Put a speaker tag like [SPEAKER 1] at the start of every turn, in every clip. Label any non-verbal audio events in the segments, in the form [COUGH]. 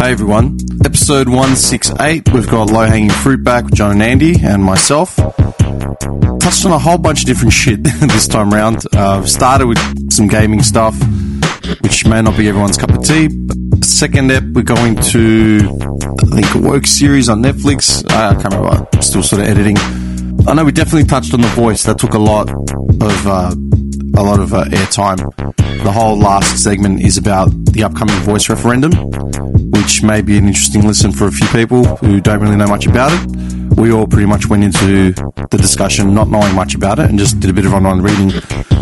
[SPEAKER 1] Hi everyone. Episode 168. We've got low hanging fruit back with John and Andy and myself. Touched on a whole bunch of different shit [LAUGHS] this time round. Uh, started with some gaming stuff, which may not be everyone's cup of tea. But second ep, we're going to I think a woke series on Netflix. Uh, I can't remember. I'm still sort of editing. I know we definitely touched on the voice. That took a lot of uh, a lot of uh, airtime. The whole last segment is about the upcoming voice referendum, which may be an interesting listen for a few people who don't really know much about it. We all pretty much went into the discussion not knowing much about it and just did a bit of online reading.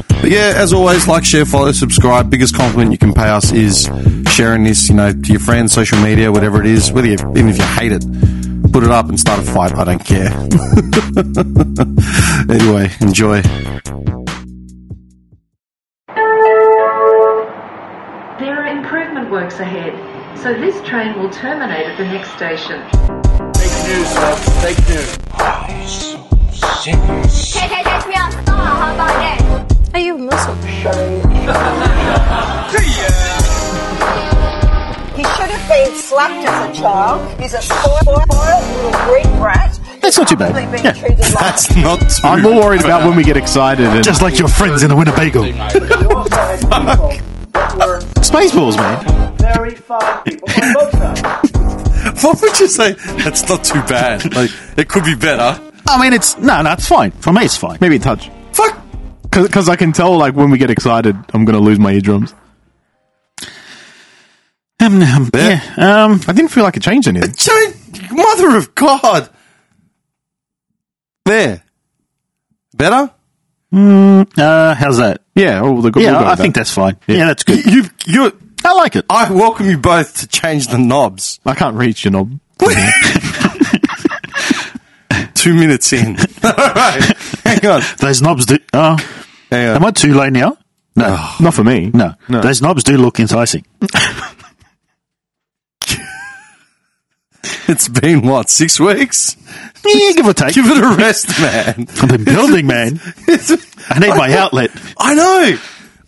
[SPEAKER 1] But yeah, as always, like, share, follow, subscribe. Biggest compliment you can pay us is sharing this, you know, to your friends, social media, whatever it is. Whether you, even if you hate it, put it up and start a fight. I don't care. [LAUGHS] anyway, enjoy.
[SPEAKER 2] There are improvement works ahead, so this train will terminate at the next station.
[SPEAKER 3] Fake news, folks. Fake news.
[SPEAKER 4] KKK 不要骚扰，好不好？哎。
[SPEAKER 5] 哎呦，有没有手？
[SPEAKER 6] He should have been slapped as a child. He's a spoiled, little Greek rat.
[SPEAKER 7] That's not too bad.
[SPEAKER 6] Probably being
[SPEAKER 7] Yeah.
[SPEAKER 6] treated like
[SPEAKER 1] That's not. Too
[SPEAKER 7] I'm more worried about when we get excited and
[SPEAKER 8] Just like your friends in the Winnebago.
[SPEAKER 3] Also had
[SPEAKER 7] [LAUGHS]
[SPEAKER 3] people that were
[SPEAKER 7] spaceballs, man.
[SPEAKER 3] very fine people on both sides.
[SPEAKER 1] [LAUGHS] What would you say? That's not too bad. Like it could be better.
[SPEAKER 8] I mean, it's no, no, it's fine. For me, it's fine.
[SPEAKER 7] Maybe a touch,
[SPEAKER 1] Fuck.
[SPEAKER 7] because I can tell like when we get excited, I'm gonna lose my eardrums. Um, um,
[SPEAKER 1] Yeah.
[SPEAKER 7] yeah. Um, I didn't feel like it changed anything.
[SPEAKER 1] Jane, mother of God. There. Better.
[SPEAKER 8] Uh, how's that?
[SPEAKER 7] Yeah. oh, Well, the,
[SPEAKER 8] Yeah, I think that's fine. Yeah, that's good. You, you, I like it.
[SPEAKER 1] I welcome you both to change the knobs. [LAUGHS]
[SPEAKER 7] I can't reach your knob.
[SPEAKER 1] Two minutes in. [LAUGHS] All right. Hang on.
[SPEAKER 8] Those knobs do. Oh,
[SPEAKER 1] Hang on. Oh,
[SPEAKER 8] am I too late now? No,
[SPEAKER 7] Not for me.
[SPEAKER 8] no, Those knobs do look enticing.
[SPEAKER 1] It's been what six weeks?
[SPEAKER 8] yeah, give or take.
[SPEAKER 1] Give it a rest, man.
[SPEAKER 8] I've been building, man. I need my outlet.
[SPEAKER 1] [LAUGHS] I know.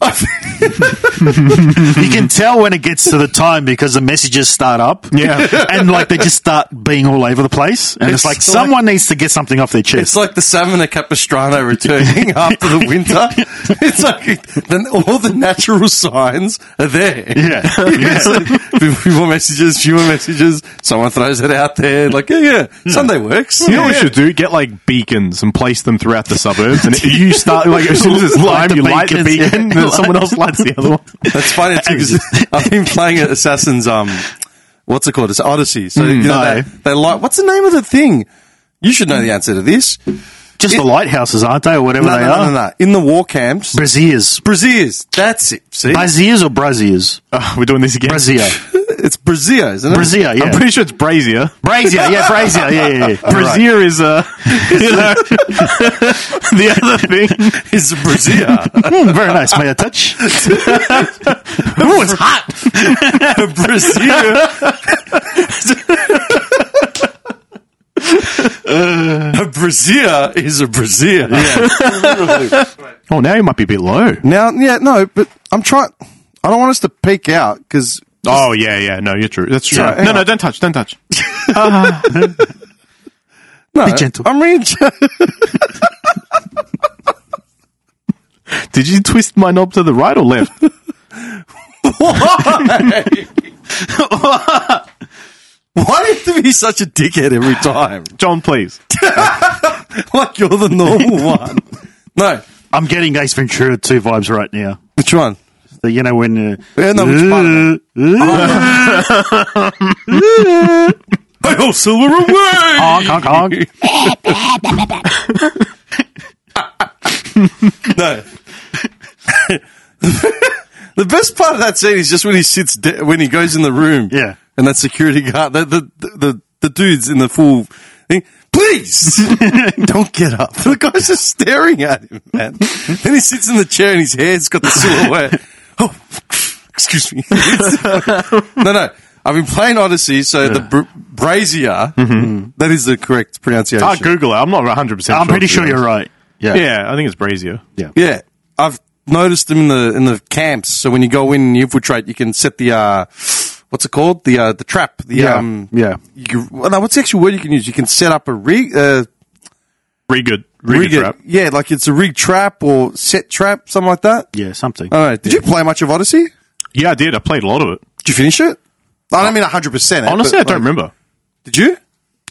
[SPEAKER 8] You can tell when it gets to the time because the messages start up.
[SPEAKER 7] Yeah.
[SPEAKER 8] [LAUGHS] and like they just start being all over the place, and it's,
[SPEAKER 1] It's
[SPEAKER 8] like
[SPEAKER 1] like-
[SPEAKER 8] someone needs to get something off their chest.
[SPEAKER 1] It's like the salmon of Capistrano returning after the winter. It's like then all the natural signs are there.
[SPEAKER 8] Yeah.
[SPEAKER 1] [LAUGHS] It's like, few more messages, few more messages. Someone throws it out there. Like, yeah, yeah. Sunday works.
[SPEAKER 7] You know what we
[SPEAKER 1] Yeah,
[SPEAKER 7] should do? Get like beacons and place them throughout the suburbs, and you start like as soon as it's time,
[SPEAKER 8] Light the
[SPEAKER 7] you [LAUGHS] light the
[SPEAKER 8] beacons.
[SPEAKER 7] beacon, and then someone [LAUGHS] else lights the other one.
[SPEAKER 1] yeah. That's funny too, 'cause [LAUGHS] I've been playing at Assassin's, um, what's it called? It's Odyssey. So, you know,
[SPEAKER 8] no.
[SPEAKER 1] they, they like, what's the name of the thing? You should know the answer to this. No,
[SPEAKER 8] just the lighthouses, aren't they, or whatever
[SPEAKER 1] no,
[SPEAKER 8] they
[SPEAKER 1] no,
[SPEAKER 8] are?
[SPEAKER 1] no, no. In the war camps,
[SPEAKER 8] Braziers,
[SPEAKER 1] Braziers. That's it. See?
[SPEAKER 8] braziers or braziers,
[SPEAKER 7] Oh, [LAUGHS] we're doing this again.
[SPEAKER 8] brazier,
[SPEAKER 1] It's Brazier, isn't it? [LAUGHS]
[SPEAKER 8] brazier. Yeah,
[SPEAKER 7] I'm pretty sure it's brazier.
[SPEAKER 8] brazier. [LAUGHS] Yeah, brazier. Yeah, yeah. yeah.
[SPEAKER 7] Brazier is
[SPEAKER 8] [LAUGHS]
[SPEAKER 7] uh, is, uh, the other thing.
[SPEAKER 1] It's Brazier.
[SPEAKER 8] Hmm, very nice. May I touch?
[SPEAKER 7] Oh, it's hot.
[SPEAKER 1] Brazier. a brazier is a brazier.
[SPEAKER 7] Oh, now you might be a bit low.
[SPEAKER 1] Now, yeah, no, but I'm trying. I don't want us to peek out because
[SPEAKER 7] Oh yeah, yeah. No, you're true. That's true.
[SPEAKER 1] Yeah, hang
[SPEAKER 7] no,
[SPEAKER 1] on.
[SPEAKER 7] no, don't touch. Don't touch.
[SPEAKER 1] no,
[SPEAKER 8] Be gentle.
[SPEAKER 1] I'm reading.
[SPEAKER 7] Did you twist my knob to the right or left?
[SPEAKER 1] [LAUGHS] Why do you have to be such a dickhead every time?
[SPEAKER 7] [LAUGHS] John, please.
[SPEAKER 1] [LAUGHS] Like you're the [LAUGHS] normal one. No,
[SPEAKER 8] I'm getting Ace Ventura Two vibes right now.
[SPEAKER 1] which one?
[SPEAKER 8] The, you know when. Uh,
[SPEAKER 1] Yeah, no, which part of I also were oh, away.
[SPEAKER 8] honk, honk, honk.
[SPEAKER 1] No. [LAUGHS] the best part of that scene is just when he sits de- when he goes in the room.
[SPEAKER 8] Yeah.
[SPEAKER 1] And that security guard, the the the, the, the dude's in the full thing. Please [LAUGHS] don't get up. The guy's just staring at him, man. then he sits in the chair and his hair's got the [LAUGHS] silhouette. oh, excuse me. [LAUGHS] no, no. I've been playing Odyssey, so the br- brazier, that is the correct pronunciation.
[SPEAKER 7] I'll Google it. I'm not 100. percent
[SPEAKER 8] [LAUGHS] I'm pretty sure you're right. Yeah.
[SPEAKER 7] Yeah, I think it's brazier.
[SPEAKER 1] Yeah, I've noticed them in the in the camps. So when you go in and you infiltrate, you can set the uh, what's it called? The uh, the trap. The
[SPEAKER 7] Yeah,
[SPEAKER 1] um,
[SPEAKER 7] yeah.
[SPEAKER 1] You, well, no, what's the actual word you can use? You can set up a rig. Uh,
[SPEAKER 7] Rigid,
[SPEAKER 1] rig
[SPEAKER 7] rigid trap.
[SPEAKER 1] Yeah, like it's a rig trap or set trap, something like that.
[SPEAKER 8] Yeah, something.
[SPEAKER 1] I don't know. Did you play much of Odyssey? Did
[SPEAKER 7] Yeah, I did. I played a lot of it.
[SPEAKER 1] you finish it? I don't mean hundred percent.
[SPEAKER 7] Honestly, I don't remember.
[SPEAKER 1] Did you?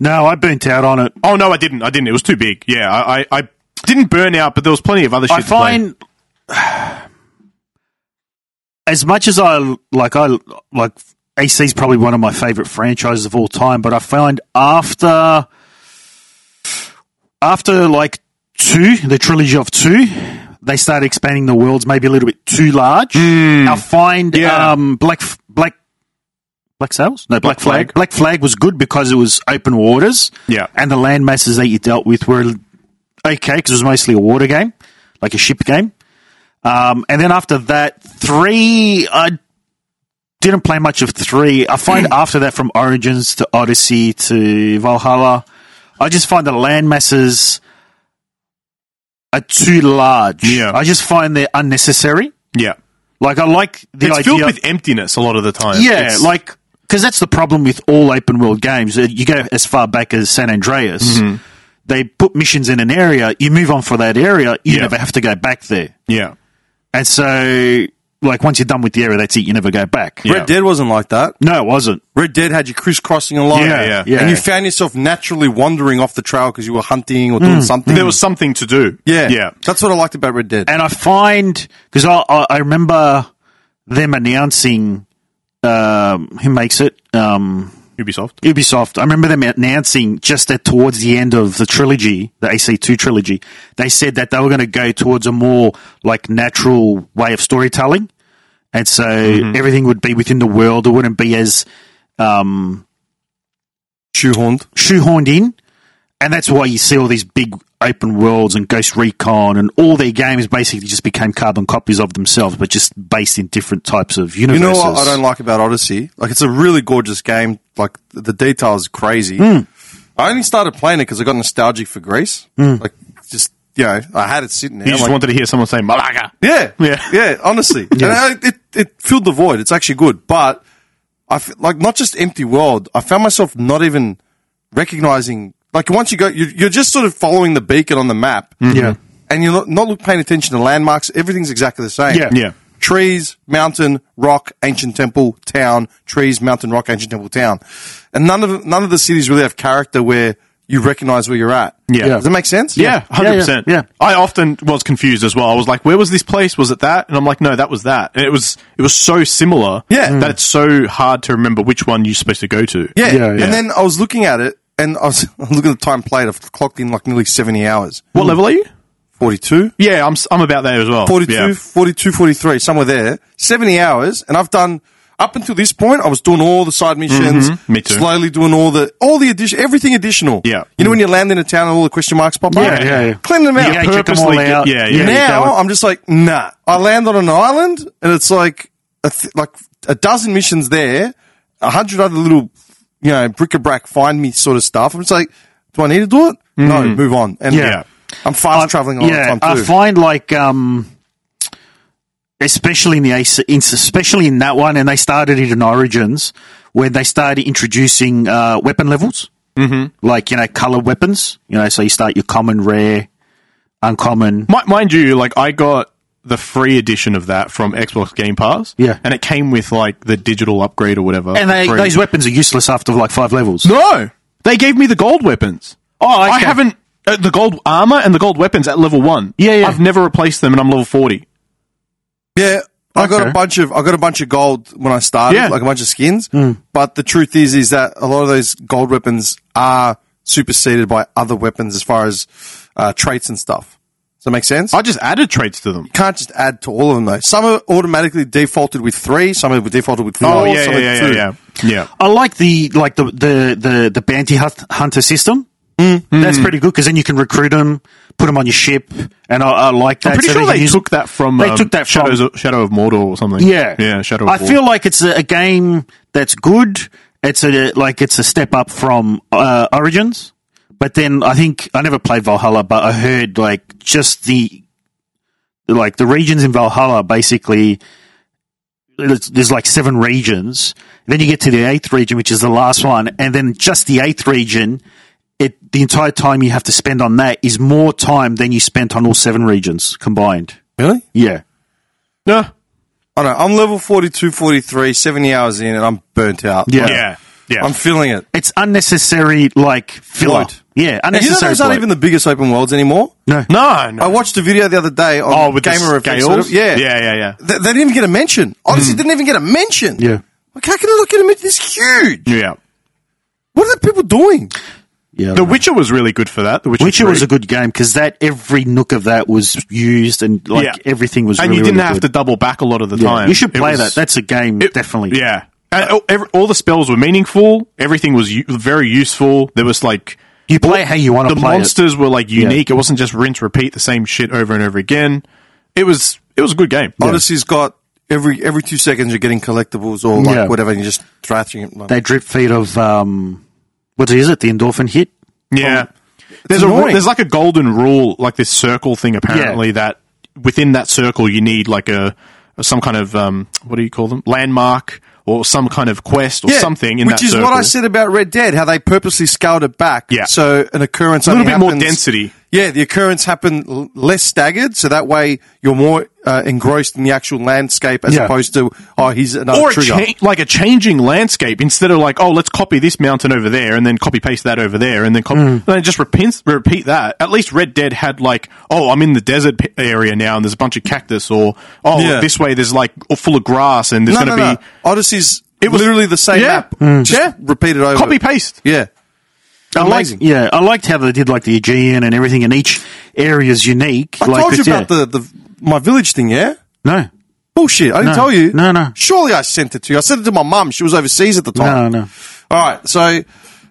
[SPEAKER 8] No, I burnt out on it.
[SPEAKER 7] Oh no, I didn't. I didn't. It was too big. Yeah, I, I, I didn't burn out, but there was plenty of other shit.
[SPEAKER 8] I
[SPEAKER 7] to play.
[SPEAKER 8] find [SIGHS] as much as I like, I like AC is probably one of my favorite franchises of all time. But I find after after like two, the trilogy of two, they started expanding the worlds maybe a little bit too large.
[SPEAKER 7] Hmm.
[SPEAKER 8] I find
[SPEAKER 7] Yeah.
[SPEAKER 8] um, Black F- Black. Black Sails? No, Black,
[SPEAKER 7] Black
[SPEAKER 8] Flag.
[SPEAKER 7] Flag.
[SPEAKER 8] Black Flag was good because it was open waters.
[SPEAKER 7] Yeah.
[SPEAKER 8] And the land masses that you dealt with were okay because it was mostly a water game, like a ship game. Um, and then after that, three, I didn't play much of three. I find
[SPEAKER 7] Hmm.
[SPEAKER 8] after that, from Origins to Odyssey to Valhalla, I just find the land masses are too large.
[SPEAKER 7] Yeah.
[SPEAKER 8] I just find they're unnecessary.
[SPEAKER 7] Yeah,
[SPEAKER 8] Like I like the
[SPEAKER 7] it's
[SPEAKER 8] idea.
[SPEAKER 7] filled with emptiness a lot of the time.
[SPEAKER 8] yeah,
[SPEAKER 7] It's-
[SPEAKER 8] like because that's the problem with all open world games. Uh, You go as far back as San Andreas.
[SPEAKER 7] Mm-hmm.
[SPEAKER 8] They put missions in an area. You move on for that area. You
[SPEAKER 7] Yeah.
[SPEAKER 8] never have to go back there.
[SPEAKER 7] yeah,
[SPEAKER 8] And so, like, once you're done with the area, that's it. You never go back.
[SPEAKER 7] Yeah.
[SPEAKER 1] Red Dead wasn't like that.
[SPEAKER 8] No, it wasn't.
[SPEAKER 1] Red Dead had you crisscrossing a lot.
[SPEAKER 7] Yeah, yeah.
[SPEAKER 8] Yeah.
[SPEAKER 1] And you found yourself naturally wandering off the trail because you were hunting or doing something.
[SPEAKER 7] Hmm. there was something to do.
[SPEAKER 1] yeah,
[SPEAKER 7] yeah.
[SPEAKER 1] That's what I liked about Red Dead.
[SPEAKER 8] And I find because I, I I remember them announcing um, who makes it um,
[SPEAKER 7] Ubisoft.
[SPEAKER 8] Ubisoft. I remember them announcing just at towards the end of the trilogy, the AC2 trilogy, they said that they were going to go towards a more like natural way of storytelling. And so
[SPEAKER 1] Mm-hmm.
[SPEAKER 8] everything would be within the world. It wouldn't be as um,
[SPEAKER 1] shoehorned.
[SPEAKER 8] shoehorned in. And that's why you see all these big open worlds and Ghost Recon and all their games basically just became carbon copies of themselves, but just based in different types of
[SPEAKER 1] You
[SPEAKER 8] universes.
[SPEAKER 1] know what I don't like about Odyssey? Like, it's a really gorgeous game. Like, th- the detail is crazy.
[SPEAKER 7] Hmm.
[SPEAKER 1] I only started playing it because I got nostalgic for Greece. Like, just, you know, I had it sitting there.
[SPEAKER 7] Hmm. You just
[SPEAKER 1] like-
[SPEAKER 7] wanted to hear someone say Malaga.
[SPEAKER 1] yeah,
[SPEAKER 7] [LAUGHS] Yeah.
[SPEAKER 1] yeah, honestly. And I- it, it filled the void. It's actually good. But, I f- like, not just empty world, I found myself not even recognizing, like, once you go, you're, you're just sort of following the beacon on the map.
[SPEAKER 7] Mm-hmm.
[SPEAKER 8] Yeah.
[SPEAKER 1] And you're not, not look- paying attention to landmarks. Everything's exactly the same.
[SPEAKER 8] Yeah.
[SPEAKER 7] Yeah.
[SPEAKER 1] trees, mountain, rock, ancient temple, town, trees, mountain, rock, ancient temple, town. And none of none of the cities really have character where you recognize where you're at.
[SPEAKER 7] Yeah.
[SPEAKER 1] Does that make sense?
[SPEAKER 7] Yeah, hundred percent.
[SPEAKER 8] yeah, yeah.
[SPEAKER 7] I often was confused as well. I was like, "Where was this place? Was it that?" And I'm like, "No, that was that." And it was it was so similar.
[SPEAKER 1] Yeah.
[SPEAKER 7] that it's so hard to remember which one you're supposed to go to.
[SPEAKER 1] Yeah.
[SPEAKER 8] Yeah, yeah.
[SPEAKER 1] And then I was looking at it and I was [LAUGHS] I was looking at the time played. I've clocked in like nearly 70 hours.
[SPEAKER 7] What level are you?
[SPEAKER 1] 42?
[SPEAKER 7] Yeah, I'm s- I'm about there as well.
[SPEAKER 1] 42,
[SPEAKER 7] Yeah.
[SPEAKER 1] 42, 43, somewhere there. 70 hours. And I've done, up until this point, I was doing all the side missions.
[SPEAKER 8] Mm-hmm.
[SPEAKER 7] Me too.
[SPEAKER 1] Slowly doing all the, all the addition, everything additional.
[SPEAKER 7] Yeah.
[SPEAKER 1] You know when you land in a town and all the question marks pop up?
[SPEAKER 8] Yeah, yeah, yeah.
[SPEAKER 1] Clean them out.
[SPEAKER 8] Yeah, check them all
[SPEAKER 7] purposely get-
[SPEAKER 8] out.
[SPEAKER 7] yeah, yeah.
[SPEAKER 8] you
[SPEAKER 1] now
[SPEAKER 8] go-
[SPEAKER 1] I'm just like, nah. I land on an island, and it's like a th- like a dozen missions there, a hundred other little, you know, bric-a-brac find me sort of stuff. I'm just like, do I need to do it? No, move on. And
[SPEAKER 8] Hmm. Yeah.
[SPEAKER 1] I'm fast traveling a lot
[SPEAKER 8] yeah,
[SPEAKER 1] of time too.
[SPEAKER 8] I find like um, especially in the AC, in, especially in that one, and they started it in Origins when they started introducing uh, weapon levels, mm-hmm. like you know color weapons. You know, so you start your common, rare, uncommon.
[SPEAKER 7] Mi- mind you, like I got the free edition of that from Xbox Game Pass.
[SPEAKER 8] Yeah.
[SPEAKER 7] and it came with like the digital upgrade or whatever.
[SPEAKER 8] And
[SPEAKER 7] for
[SPEAKER 8] they,
[SPEAKER 7] free.
[SPEAKER 8] those weapons are useless after like five levels.
[SPEAKER 7] no, they gave me the gold weapons.
[SPEAKER 8] oh,
[SPEAKER 7] I haven't uh, the gold armor and the gold weapons at level one.
[SPEAKER 8] Yeah, yeah.
[SPEAKER 7] I've never replaced them, and I'm level forty.
[SPEAKER 1] yeah. I got
[SPEAKER 7] Okay.
[SPEAKER 1] a bunch of I got a bunch of gold when I started,
[SPEAKER 7] Yeah.
[SPEAKER 1] like a bunch of skins.
[SPEAKER 8] Hmm.
[SPEAKER 1] But the truth is, is that a lot of those gold weapons are superseded by other weapons as far as uh, traits and stuff. Does that make sense?
[SPEAKER 7] I just added traits to them.
[SPEAKER 1] can't just add to all of them though. Some are automatically defaulted with three, some are defaulted with four.
[SPEAKER 7] Oh, yeah,
[SPEAKER 1] some
[SPEAKER 7] yeah,
[SPEAKER 1] are
[SPEAKER 7] yeah,
[SPEAKER 1] two.
[SPEAKER 7] yeah, yeah, yeah.
[SPEAKER 8] I like the like the the the, the bounty hunt- hunter system. That's pretty good because then you can recruit them, put them on your ship, and I, I like that.
[SPEAKER 7] I'm pretty
[SPEAKER 8] So
[SPEAKER 7] sure
[SPEAKER 8] can
[SPEAKER 7] they
[SPEAKER 8] use-
[SPEAKER 7] took that from
[SPEAKER 8] they
[SPEAKER 7] um,
[SPEAKER 8] took that from-
[SPEAKER 7] Shadows of, Shadow of Mordor or something.
[SPEAKER 8] Yeah,
[SPEAKER 7] yeah, Shadow. Of
[SPEAKER 8] I
[SPEAKER 7] War.
[SPEAKER 8] feel like it's a, a game that's good. It's a like it's a step up from uh, Origins, but then I think I never played Valhalla, but I heard like just the like the regions in Valhalla basically. There's, there's like seven regions. Then you get to the eighth region, which is the last one, and then just the eighth region. It the entire time you have to spend on that is more time than you spent on all seven regions combined.
[SPEAKER 1] Really?
[SPEAKER 8] Yeah,
[SPEAKER 7] No.
[SPEAKER 1] I don't know. I'm level 42, 43, 70 hours in, and I'm burnt out.
[SPEAKER 8] Yeah.
[SPEAKER 7] Yeah. Yeah.
[SPEAKER 1] I'm feeling it.
[SPEAKER 8] it's unnecessary like filler.
[SPEAKER 1] Float.
[SPEAKER 8] Yeah,
[SPEAKER 1] And you know
[SPEAKER 8] unnecessary.
[SPEAKER 1] those aren't
[SPEAKER 8] bloat.
[SPEAKER 1] even the biggest open worlds anymore?
[SPEAKER 8] no,
[SPEAKER 7] no,
[SPEAKER 1] I
[SPEAKER 7] no.
[SPEAKER 1] watched a video the other day on
[SPEAKER 7] Oh, with the
[SPEAKER 1] Gamer Effects.
[SPEAKER 7] scales?
[SPEAKER 1] Yeah.
[SPEAKER 7] Yeah, Mm. yeah, yeah.
[SPEAKER 1] They, they didn't even get a mention. Honestly, didn't even get a mention.
[SPEAKER 8] Yeah.
[SPEAKER 1] Like, how can they not get a mention? It's huge.
[SPEAKER 7] Yeah.
[SPEAKER 1] What are the people doing?
[SPEAKER 8] yeah.
[SPEAKER 7] The Witcher was really good for that. The Witcher,
[SPEAKER 8] Witcher
[SPEAKER 7] 3.
[SPEAKER 8] was a good game because that every nook of that was used and like
[SPEAKER 7] Yeah.
[SPEAKER 8] everything was.
[SPEAKER 7] and
[SPEAKER 8] really,
[SPEAKER 7] you didn't
[SPEAKER 8] really
[SPEAKER 7] have
[SPEAKER 8] good.
[SPEAKER 7] to double back a lot of the
[SPEAKER 8] Yeah.
[SPEAKER 7] time.
[SPEAKER 8] You should
[SPEAKER 7] It
[SPEAKER 8] play
[SPEAKER 7] was-
[SPEAKER 8] that. That's a game,
[SPEAKER 7] it-
[SPEAKER 8] definitely.
[SPEAKER 7] Yeah. And all, every, all the spells were meaningful. Everything was u- very useful. There was like
[SPEAKER 8] You play how you want
[SPEAKER 7] the
[SPEAKER 8] to play. it.
[SPEAKER 7] monsters were like unique. It wasn't just rinse repeat the same shit over and over again. It was it was a good game.
[SPEAKER 1] Odyssey's got every every two seconds you're getting collectibles or like
[SPEAKER 8] Yeah.
[SPEAKER 1] whatever, and you're just thrashing it. Like,
[SPEAKER 8] That drip feed of um, what is it? The endorphin hit.
[SPEAKER 7] Yeah. There's a
[SPEAKER 1] annoying.
[SPEAKER 7] there's like a golden rule, like this circle thing apparently that within that circle you need like a some kind of um, what do you call them? Landmark or some kind of quest or
[SPEAKER 1] Yeah,
[SPEAKER 7] something in
[SPEAKER 1] which
[SPEAKER 7] that
[SPEAKER 1] is what
[SPEAKER 7] circle.
[SPEAKER 1] I said about Red Dead, how they purposely scaled it back.
[SPEAKER 7] Yeah.
[SPEAKER 1] So an occurrence a
[SPEAKER 7] little bit more density.
[SPEAKER 1] Yeah, the occurrence happened l- less staggered, so that way you're more uh, engrossed in the actual landscape as
[SPEAKER 8] Yeah.
[SPEAKER 1] opposed to oh he's another
[SPEAKER 7] or a
[SPEAKER 1] trigger.
[SPEAKER 7] cha- like a changing landscape instead of like oh let's copy this mountain over there and then copy paste that over there and then copy and then just repeat repeat that at least red dead had like oh i'm in the desert p- area now and there's a bunch of cactus or oh
[SPEAKER 1] Yeah.
[SPEAKER 7] this way there's like all full of grass and there's
[SPEAKER 1] no,
[SPEAKER 7] going
[SPEAKER 1] no,
[SPEAKER 7] to
[SPEAKER 1] no.
[SPEAKER 7] be
[SPEAKER 1] Odyssey's it
[SPEAKER 7] It was-
[SPEAKER 1] was literally the same
[SPEAKER 7] Yeah.
[SPEAKER 1] map,
[SPEAKER 7] Mm.
[SPEAKER 1] just
[SPEAKER 7] Yeah.
[SPEAKER 1] repeated over.
[SPEAKER 7] copy paste
[SPEAKER 1] Yeah,
[SPEAKER 8] I liked,
[SPEAKER 1] amazing.
[SPEAKER 8] yeah, I liked how they did like the Aegean and everything, and each area is unique.
[SPEAKER 1] I
[SPEAKER 8] like,
[SPEAKER 1] told you
[SPEAKER 8] it's-
[SPEAKER 1] about the, the my village thing. Yeah,
[SPEAKER 8] yeah. no,
[SPEAKER 1] bullshit. I didn't
[SPEAKER 8] No.
[SPEAKER 1] tell you.
[SPEAKER 8] No, no.
[SPEAKER 1] Surely I sent it to you. I sent it to my mum. She was overseas at the
[SPEAKER 8] no,
[SPEAKER 1] time.
[SPEAKER 8] no.
[SPEAKER 1] All right, so it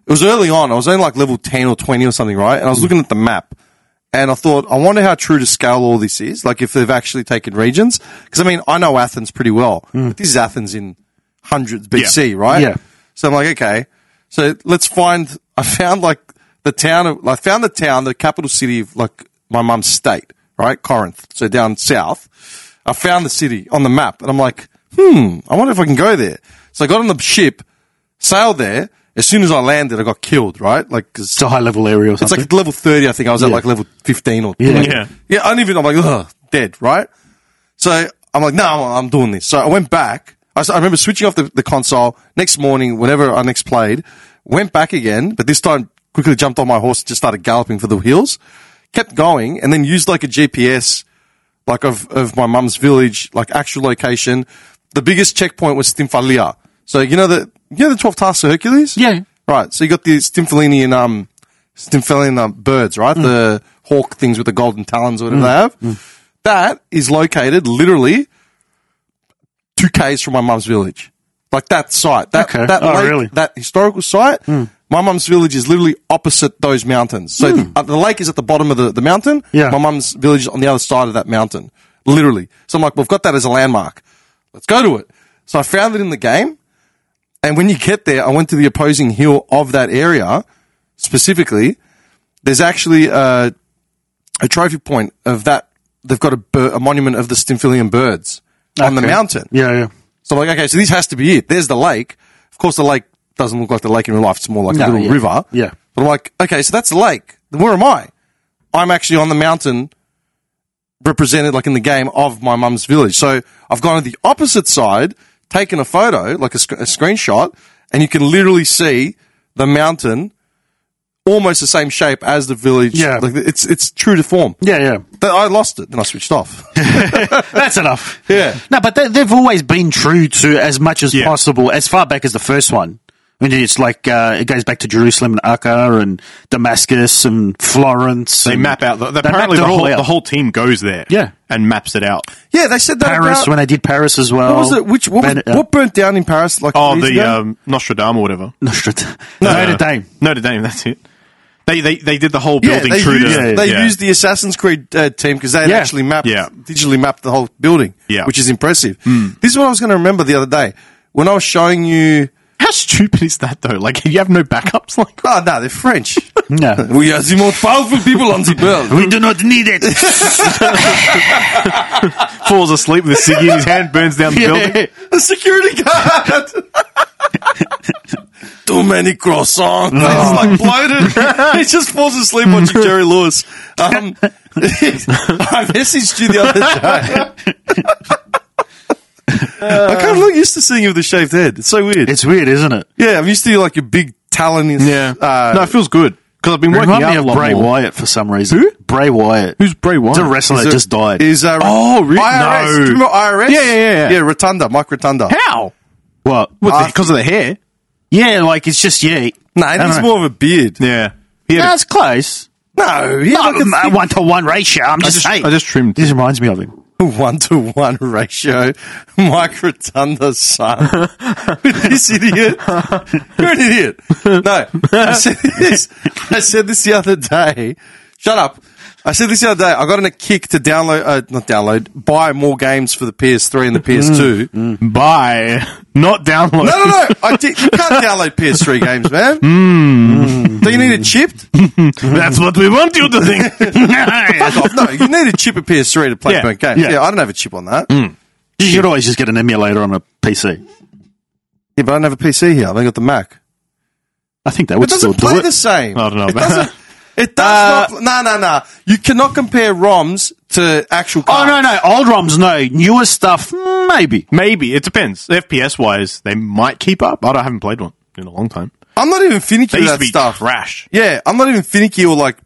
[SPEAKER 1] was early on. I was only like level 10 or 20 or something, right? And
[SPEAKER 8] Mm.
[SPEAKER 1] I was looking at the map and I thought, I wonder how true to scale all this is. Like if they've actually taken regions. Because I mean, I know Athens pretty well. But this is Athens in hundreds BC, right?
[SPEAKER 8] Mm. Yeah.
[SPEAKER 1] So I'm like, okay. So let's find, I found like the town of, I found the town, the capital city of like my mum's state, right? Corinth. So down south. I found the city on the map and I'm like, hmm, I wonder if I can go there. So I got on the ship sailed there. As soon as I landed, I got killed, right? Like, 'cause
[SPEAKER 8] It's a high level area or
[SPEAKER 1] it's
[SPEAKER 8] something.
[SPEAKER 1] like level 30, I think. I was at
[SPEAKER 8] Yeah.
[SPEAKER 1] like level 15 or
[SPEAKER 8] Yeah.
[SPEAKER 1] like-
[SPEAKER 7] Yeah.
[SPEAKER 1] Yeah, I don't even, I'm like, ugh, dead, right? So I'm like, no, I'm, I'm doing this. So I went back. I, s- I remember switching off the, the console next morning, whenever I next played, went back again, but this time quickly jumped on my horse and just started galloping for the hills, kept going, and then used like a GPS like of, of my mum's village, like actual location. The biggest checkpoint was Stymphalia. So you know the you know the twelve tasks of Hercules?
[SPEAKER 8] Yeah.
[SPEAKER 1] Right. So you got the Stymphalian um Stymphalian um, birds, right?
[SPEAKER 8] Mm.
[SPEAKER 1] The hawk things with the golden talons or whatever they have. That is located literally two Ks from my mum's village. Like that site. That
[SPEAKER 8] Okay.
[SPEAKER 1] that
[SPEAKER 8] Oh,
[SPEAKER 1] lake,
[SPEAKER 8] really? Mm.
[SPEAKER 1] that historical site. My mum's village is literally opposite those mountains. So the, uh, the lake is at the bottom of the, the mountain.
[SPEAKER 8] Mm. Yeah.
[SPEAKER 1] My mum's village is on the other side of that mountain, literally. So I'm like, we've got that as a landmark. Let's go to it. So I found it in the game. And when you get there, I went to the opposing hill of that area specifically. There's actually uh, a trophy point of that. They've got a, bir- a monument of the Stymphalian birds on the
[SPEAKER 8] Okay.
[SPEAKER 1] mountain.
[SPEAKER 8] yeah, yeah.
[SPEAKER 1] So I'm like, okay, so this has to be it. There's the lake. Of course, the lake doesn't look like the lake in real life. It's more like
[SPEAKER 8] No,
[SPEAKER 1] a little
[SPEAKER 8] yeah.
[SPEAKER 1] river.
[SPEAKER 8] Yeah.
[SPEAKER 1] But I'm like, okay, so that's the lake. Then where am I? I'm actually on the mountain represented like in the game of my mum's village. So I've gone to the opposite side, taken a photo, like a, sc- a screenshot, and you can literally see the mountain almost the same shape as the village.
[SPEAKER 8] Yeah.
[SPEAKER 1] Like it's, it's true to form.
[SPEAKER 8] Yeah, yeah.
[SPEAKER 1] But I lost it and I switched off.
[SPEAKER 8] That's enough.
[SPEAKER 1] Yeah.
[SPEAKER 8] No, but they, they've always been true to as much as
[SPEAKER 7] Yeah.
[SPEAKER 8] possible, as far back as the first one. And it's like uh, it goes back to Jerusalem and Acre and Damascus and Florence.
[SPEAKER 7] they
[SPEAKER 8] and-
[SPEAKER 7] map out the,
[SPEAKER 8] They
[SPEAKER 7] apparently
[SPEAKER 8] mapped
[SPEAKER 7] the
[SPEAKER 8] it all
[SPEAKER 7] whole,
[SPEAKER 8] out.
[SPEAKER 7] the whole team goes there
[SPEAKER 8] Yeah.
[SPEAKER 7] and maps it out
[SPEAKER 1] yeah. They said that
[SPEAKER 8] Paris
[SPEAKER 1] about-
[SPEAKER 8] when they did Paris as well.
[SPEAKER 1] What was it? Which what,
[SPEAKER 8] Ben-
[SPEAKER 1] was,
[SPEAKER 8] uh,
[SPEAKER 1] what burnt down in Paris? Like
[SPEAKER 7] oh
[SPEAKER 1] years
[SPEAKER 7] the
[SPEAKER 1] ago?
[SPEAKER 7] um, Nostradam or whatever Uh,
[SPEAKER 8] Nostrat- [LAUGHS] Notre Dame.
[SPEAKER 7] Notre Dame that's it they they, they did the whole
[SPEAKER 1] yeah,
[SPEAKER 7] building
[SPEAKER 1] they,
[SPEAKER 7] true
[SPEAKER 1] used,
[SPEAKER 7] to
[SPEAKER 8] yeah,
[SPEAKER 1] they used the Assassin's Creed uh, team because they had
[SPEAKER 8] Yeah.
[SPEAKER 1] actually mapped,
[SPEAKER 7] Yeah.
[SPEAKER 1] digitally mapped the whole building,
[SPEAKER 7] Yeah. Hmm.
[SPEAKER 1] which is impressive. This is what I was going to remember the other day when I was showing you.
[SPEAKER 7] how stupid is that though like you have no backups like
[SPEAKER 8] [LAUGHS]
[SPEAKER 1] Oh no, they're
[SPEAKER 7] [LAUGHS]
[SPEAKER 1] French. [LAUGHS]
[SPEAKER 8] No.
[SPEAKER 1] we are the most powerful people on the world.
[SPEAKER 8] We do not need it.
[SPEAKER 7] [LAUGHS] falls asleep with a ciggy in his hand, burns down the building. [LAUGHS]
[SPEAKER 1] the security guard. many croissants. He's like bloated. [LAUGHS] he just falls asleep
[SPEAKER 7] [LAUGHS]
[SPEAKER 1] watching Jerry Lewis. Um, I messaged you the other day. I kind of not used to seeing you with a shaved head. It's so weird.
[SPEAKER 8] It's weird, isn't it?
[SPEAKER 1] yeah, I'm used to like a big talon. Is,
[SPEAKER 7] Yeah.
[SPEAKER 1] Uh,
[SPEAKER 7] no, it feels good because I've been working
[SPEAKER 8] Remind
[SPEAKER 7] out
[SPEAKER 8] me
[SPEAKER 7] a
[SPEAKER 8] of
[SPEAKER 7] lot
[SPEAKER 8] Bray
[SPEAKER 7] more.
[SPEAKER 8] Wyatt for some reason.
[SPEAKER 7] Who?
[SPEAKER 8] Bray Wyatt.
[SPEAKER 7] Who's Bray Wyatt?
[SPEAKER 8] He's a wrestler that
[SPEAKER 1] it-
[SPEAKER 8] just died.
[SPEAKER 1] Is uh,
[SPEAKER 7] Oh, really?
[SPEAKER 1] IRS? Do
[SPEAKER 7] No.
[SPEAKER 1] you remember IRS?
[SPEAKER 7] Yeah, yeah, yeah, yeah.
[SPEAKER 1] Yeah, Rotunda, Mike Rotunda.
[SPEAKER 7] How?
[SPEAKER 8] what?
[SPEAKER 1] Uh,
[SPEAKER 7] Because of the hair.
[SPEAKER 8] Yeah, like it's just yeah.
[SPEAKER 1] No,
[SPEAKER 8] I don't
[SPEAKER 1] it's
[SPEAKER 8] know.
[SPEAKER 1] more of a beard.
[SPEAKER 7] Yeah. He had a-
[SPEAKER 8] No, it's close.
[SPEAKER 1] No, yeah, like it's-
[SPEAKER 8] Not one to one ratio. I'm
[SPEAKER 7] I
[SPEAKER 8] just,
[SPEAKER 7] just,
[SPEAKER 8] saying.
[SPEAKER 7] I just trimmed.
[SPEAKER 8] This reminds me of him.
[SPEAKER 1] [LAUGHS] one to one ratio [LAUGHS] Mike Rotunda's
[SPEAKER 7] [LAUGHS]
[SPEAKER 1] son with this idiot. You're an idiot. No, I said this. I said this the other day. Shut up. I said this the other day. I got in a kick to download, uh, not download, buy more games for the PS3 and the PS2.
[SPEAKER 7] Mm. Buy, [LAUGHS] not
[SPEAKER 1] No,
[SPEAKER 7] download.
[SPEAKER 1] no, no. I did, you can't download PS3 games, man.
[SPEAKER 7] Mm.
[SPEAKER 1] Do you need it chipped?
[SPEAKER 7] That's what we want you
[SPEAKER 1] [LAUGHS]
[SPEAKER 7] to think. [LAUGHS]
[SPEAKER 1] Fuck off. No, you need a chip at PS3 to play
[SPEAKER 7] Yeah,
[SPEAKER 1] burnt games.
[SPEAKER 7] yeah. Mm.
[SPEAKER 1] Yeah. I don't have a chip on that.
[SPEAKER 8] You should always just get an emulator on a PC.
[SPEAKER 1] Yeah, but I don't have a PC here. I've only got the Mac.
[SPEAKER 8] I think that
[SPEAKER 1] It
[SPEAKER 8] would still
[SPEAKER 1] doesn't
[SPEAKER 8] do
[SPEAKER 1] play
[SPEAKER 8] it.
[SPEAKER 1] the same.
[SPEAKER 7] I don't know
[SPEAKER 1] It
[SPEAKER 7] about
[SPEAKER 1] doesn't. It
[SPEAKER 7] Uh,
[SPEAKER 1] does not. No, no, no. You cannot compare ROMs to actual.
[SPEAKER 8] Oh
[SPEAKER 1] cards.
[SPEAKER 8] no, no, old ROMs, no. Newer stuff, maybe.
[SPEAKER 7] Maybe it depends. FPS wise, they might keep up. I, don't, I haven't played one in a long time.
[SPEAKER 1] I'm not even finicky
[SPEAKER 7] They
[SPEAKER 1] with
[SPEAKER 7] used
[SPEAKER 1] that
[SPEAKER 7] to be
[SPEAKER 1] stuff.
[SPEAKER 7] trash.
[SPEAKER 1] Yeah, I'm not even finicky or like.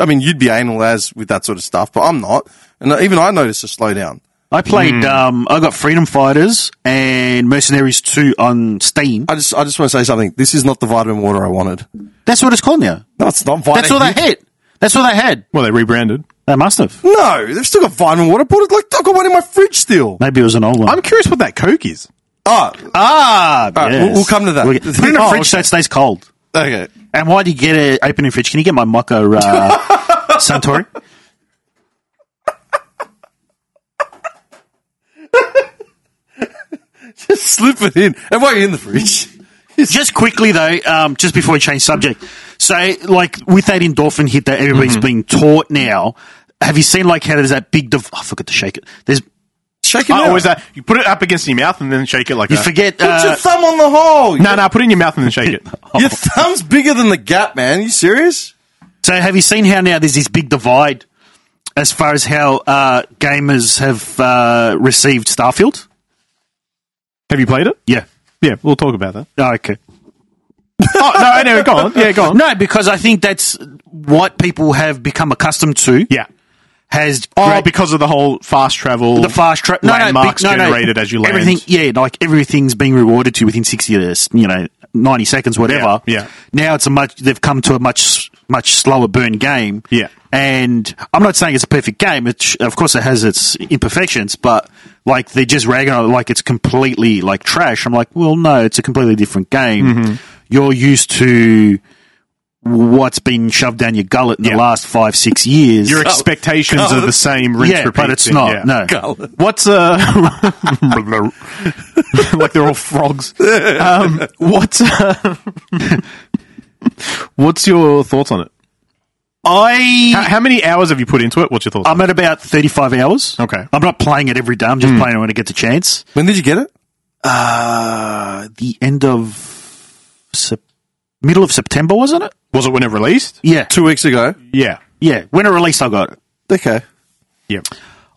[SPEAKER 1] I mean, you'd be anal as with that sort of stuff, but I'm not. And even I noticed a slowdown.
[SPEAKER 8] I played. Um, I got Freedom Fighters and Mercenaries Two on Steam.
[SPEAKER 1] I just, I just want to say something. This is not the vitamin water I wanted.
[SPEAKER 8] That's what it's called now.
[SPEAKER 1] No, it's not vitamin.
[SPEAKER 8] That's all they had. That's all they had.
[SPEAKER 7] Well, they rebranded.
[SPEAKER 8] They must have.
[SPEAKER 1] No, they've still got vitamin water. Put it like I've got one in my fridge still.
[SPEAKER 8] Maybe it was an old one.
[SPEAKER 7] I'm curious what that Coke is.
[SPEAKER 1] Ah,
[SPEAKER 8] ah,
[SPEAKER 1] right,
[SPEAKER 8] yes.
[SPEAKER 1] we'll- we'll come to that.
[SPEAKER 8] We'll get- Put it in
[SPEAKER 1] Oh,
[SPEAKER 8] a fridge so it stays cold.
[SPEAKER 1] okay. [LAUGHS]
[SPEAKER 8] And why do you get it open in fridge? Can you get my Mocco [LAUGHS] uh, Suntory?
[SPEAKER 1] Just slip it in. And while you're in the fridge,
[SPEAKER 8] just quickly though, um, just before we change subject. So, like with that endorphin hit that everybody's being taught now, have you seen like how there's that big? Div- I forgot to shake it. There's
[SPEAKER 1] shake it
[SPEAKER 7] I
[SPEAKER 1] out.
[SPEAKER 7] always that you put it up against your mouth and then shake it like
[SPEAKER 8] you
[SPEAKER 7] that.
[SPEAKER 8] forget.
[SPEAKER 1] Put
[SPEAKER 8] uh,
[SPEAKER 1] your thumb on the hole.
[SPEAKER 7] No, no, put it in your mouth and then shake
[SPEAKER 8] [LAUGHS]
[SPEAKER 7] it.
[SPEAKER 1] Your thumb's bigger than the gap, man. you serious?
[SPEAKER 8] so, have you seen how now there's this big divide as far as how uh, gamers have uh, received Starfield?
[SPEAKER 7] Have you played it?
[SPEAKER 8] Yeah.
[SPEAKER 7] Yeah, we'll talk about
[SPEAKER 8] [LAUGHS]
[SPEAKER 7] that.
[SPEAKER 8] Oh, okay.
[SPEAKER 7] Oh no, anyway, go on. Yeah, go on.
[SPEAKER 8] No, because I think that's what people have become accustomed to.
[SPEAKER 7] Yeah.
[SPEAKER 8] Has
[SPEAKER 7] Oh,
[SPEAKER 8] great-
[SPEAKER 7] because of the whole fast travel,
[SPEAKER 8] the fast track no, no,
[SPEAKER 7] landmarks
[SPEAKER 8] big- no, no.
[SPEAKER 7] generated as you land.
[SPEAKER 8] Everything, yeah, like everything's being rewarded to you within sixty to you know ninety seconds, whatever.
[SPEAKER 7] Yeah, yeah.
[SPEAKER 8] Now it's a much. They've come to a much much slower burn game.
[SPEAKER 7] Yeah.
[SPEAKER 8] And I'm not saying it's a perfect game. It sh- of course it has its imperfections, but like they're just ragging on it like it's completely like trash. I'm like, well, no, it's a completely different game.
[SPEAKER 7] Mm-hmm.
[SPEAKER 8] You're used to what's been shoved down your gullet in
[SPEAKER 7] Yeah.
[SPEAKER 8] the last five six years. Oh,
[SPEAKER 7] Your expectations
[SPEAKER 1] God.
[SPEAKER 7] are the same. Rinse,
[SPEAKER 8] yeah,
[SPEAKER 7] repeat.
[SPEAKER 8] but it's
[SPEAKER 7] thing,
[SPEAKER 8] not.
[SPEAKER 7] yeah.
[SPEAKER 8] No.
[SPEAKER 7] What's uh, [LAUGHS] like they're all frogs. Um, what's uh, [LAUGHS] what's your thoughts on it?
[SPEAKER 8] I
[SPEAKER 7] How, how many hours have you put into it? What's your thoughts?
[SPEAKER 8] I'm at about 35 hours.
[SPEAKER 7] Okay. Hmm.
[SPEAKER 8] I'm not playing it every day. I'm just playing it when I get the chance.
[SPEAKER 1] When did you get it?
[SPEAKER 8] Uh, the end of sep- middle of September, wasn't it?
[SPEAKER 7] was it when it released?
[SPEAKER 8] Yeah.
[SPEAKER 1] Two weeks ago.
[SPEAKER 7] Yeah,
[SPEAKER 8] Yeah. When it released, I got it.
[SPEAKER 1] Okay.
[SPEAKER 7] yeah.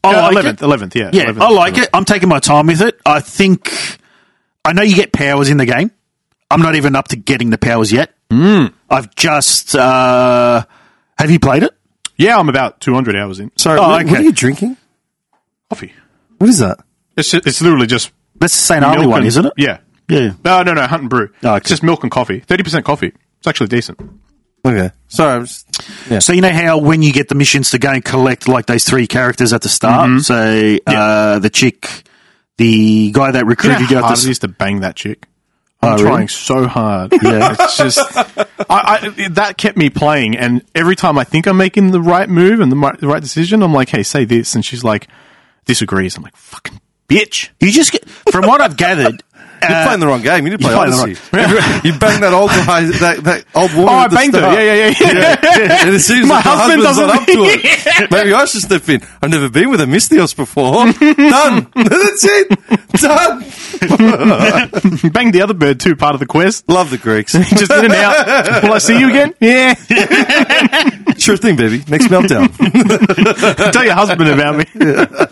[SPEAKER 8] Oh, I like
[SPEAKER 7] Uh, eleventh,
[SPEAKER 8] it.
[SPEAKER 7] eleventh. Yeah,
[SPEAKER 8] Yeah.
[SPEAKER 7] 11th.
[SPEAKER 8] I like it. I'm taking my time with it. I think, I know you get powers in the game. I'm not even up to getting the powers yet.
[SPEAKER 7] Hmm.
[SPEAKER 8] I've just, uh, have you played it?
[SPEAKER 7] Yeah, I'm about 200 hours in.
[SPEAKER 1] Sorry,
[SPEAKER 8] Oh,
[SPEAKER 1] what, what
[SPEAKER 8] okay.
[SPEAKER 1] are you drinking?
[SPEAKER 7] Coffee.
[SPEAKER 1] What is that?
[SPEAKER 7] It's ju- it's literally just
[SPEAKER 8] That's the St.
[SPEAKER 7] milk
[SPEAKER 8] Arlie one,
[SPEAKER 7] and-
[SPEAKER 8] isn't it?
[SPEAKER 7] Yeah.
[SPEAKER 8] Yeah.
[SPEAKER 7] No, no, no. Hunt and brew.
[SPEAKER 8] Oh, okay.
[SPEAKER 7] It's just milk and coffee. 30% coffee. It's actually decent.
[SPEAKER 1] Okay. Sorry. I'm just,
[SPEAKER 8] So you know how when you get the missions to go and collect like those three characters at the start.
[SPEAKER 1] Mm-hmm.
[SPEAKER 8] So uh, the chick, the guy that
[SPEAKER 7] You know
[SPEAKER 8] recruited
[SPEAKER 7] how
[SPEAKER 8] you, at
[SPEAKER 7] hard it
[SPEAKER 8] the s-
[SPEAKER 7] is to bang that chick. I'm
[SPEAKER 8] Oh, really?
[SPEAKER 7] trying so hard. [LAUGHS] Yeah, it's just I, I, that kept me playing, and every time I think I'm making the right move and the right, the right decision, I'm like, "Hey, say this," and she's like, "Disagrees." I'm like, "Fucking bitch."
[SPEAKER 1] [LAUGHS]
[SPEAKER 8] you just get from what I've gathered uh,
[SPEAKER 1] You're playing the wrong game. You need to play
[SPEAKER 8] you're playing the
[SPEAKER 1] Odyssey. [LAUGHS] you banged that old guy, that, that old woman.
[SPEAKER 7] Oh, I
[SPEAKER 1] at the
[SPEAKER 7] banged her.
[SPEAKER 1] start.
[SPEAKER 7] Yeah, yeah,
[SPEAKER 1] [LAUGHS]
[SPEAKER 7] yeah. [LAUGHS]
[SPEAKER 1] And it seems
[SPEAKER 7] My
[SPEAKER 1] like the
[SPEAKER 7] husband
[SPEAKER 1] husband's not up
[SPEAKER 7] doesn't-
[SPEAKER 1] to it. Maybe I should step in. I've never been with a Mistios before. [LAUGHS] Done. That's it. Done.
[SPEAKER 7] He banged the other bird too, part of the quest. [LAUGHS]
[SPEAKER 1] Love the Greeks.
[SPEAKER 7] Just in and out. Will I see you again? [LAUGHS] Yeah.
[SPEAKER 1] Sure thing, baby. Next meltdown.
[SPEAKER 7] Tell your husband about me.
[SPEAKER 8] Uh,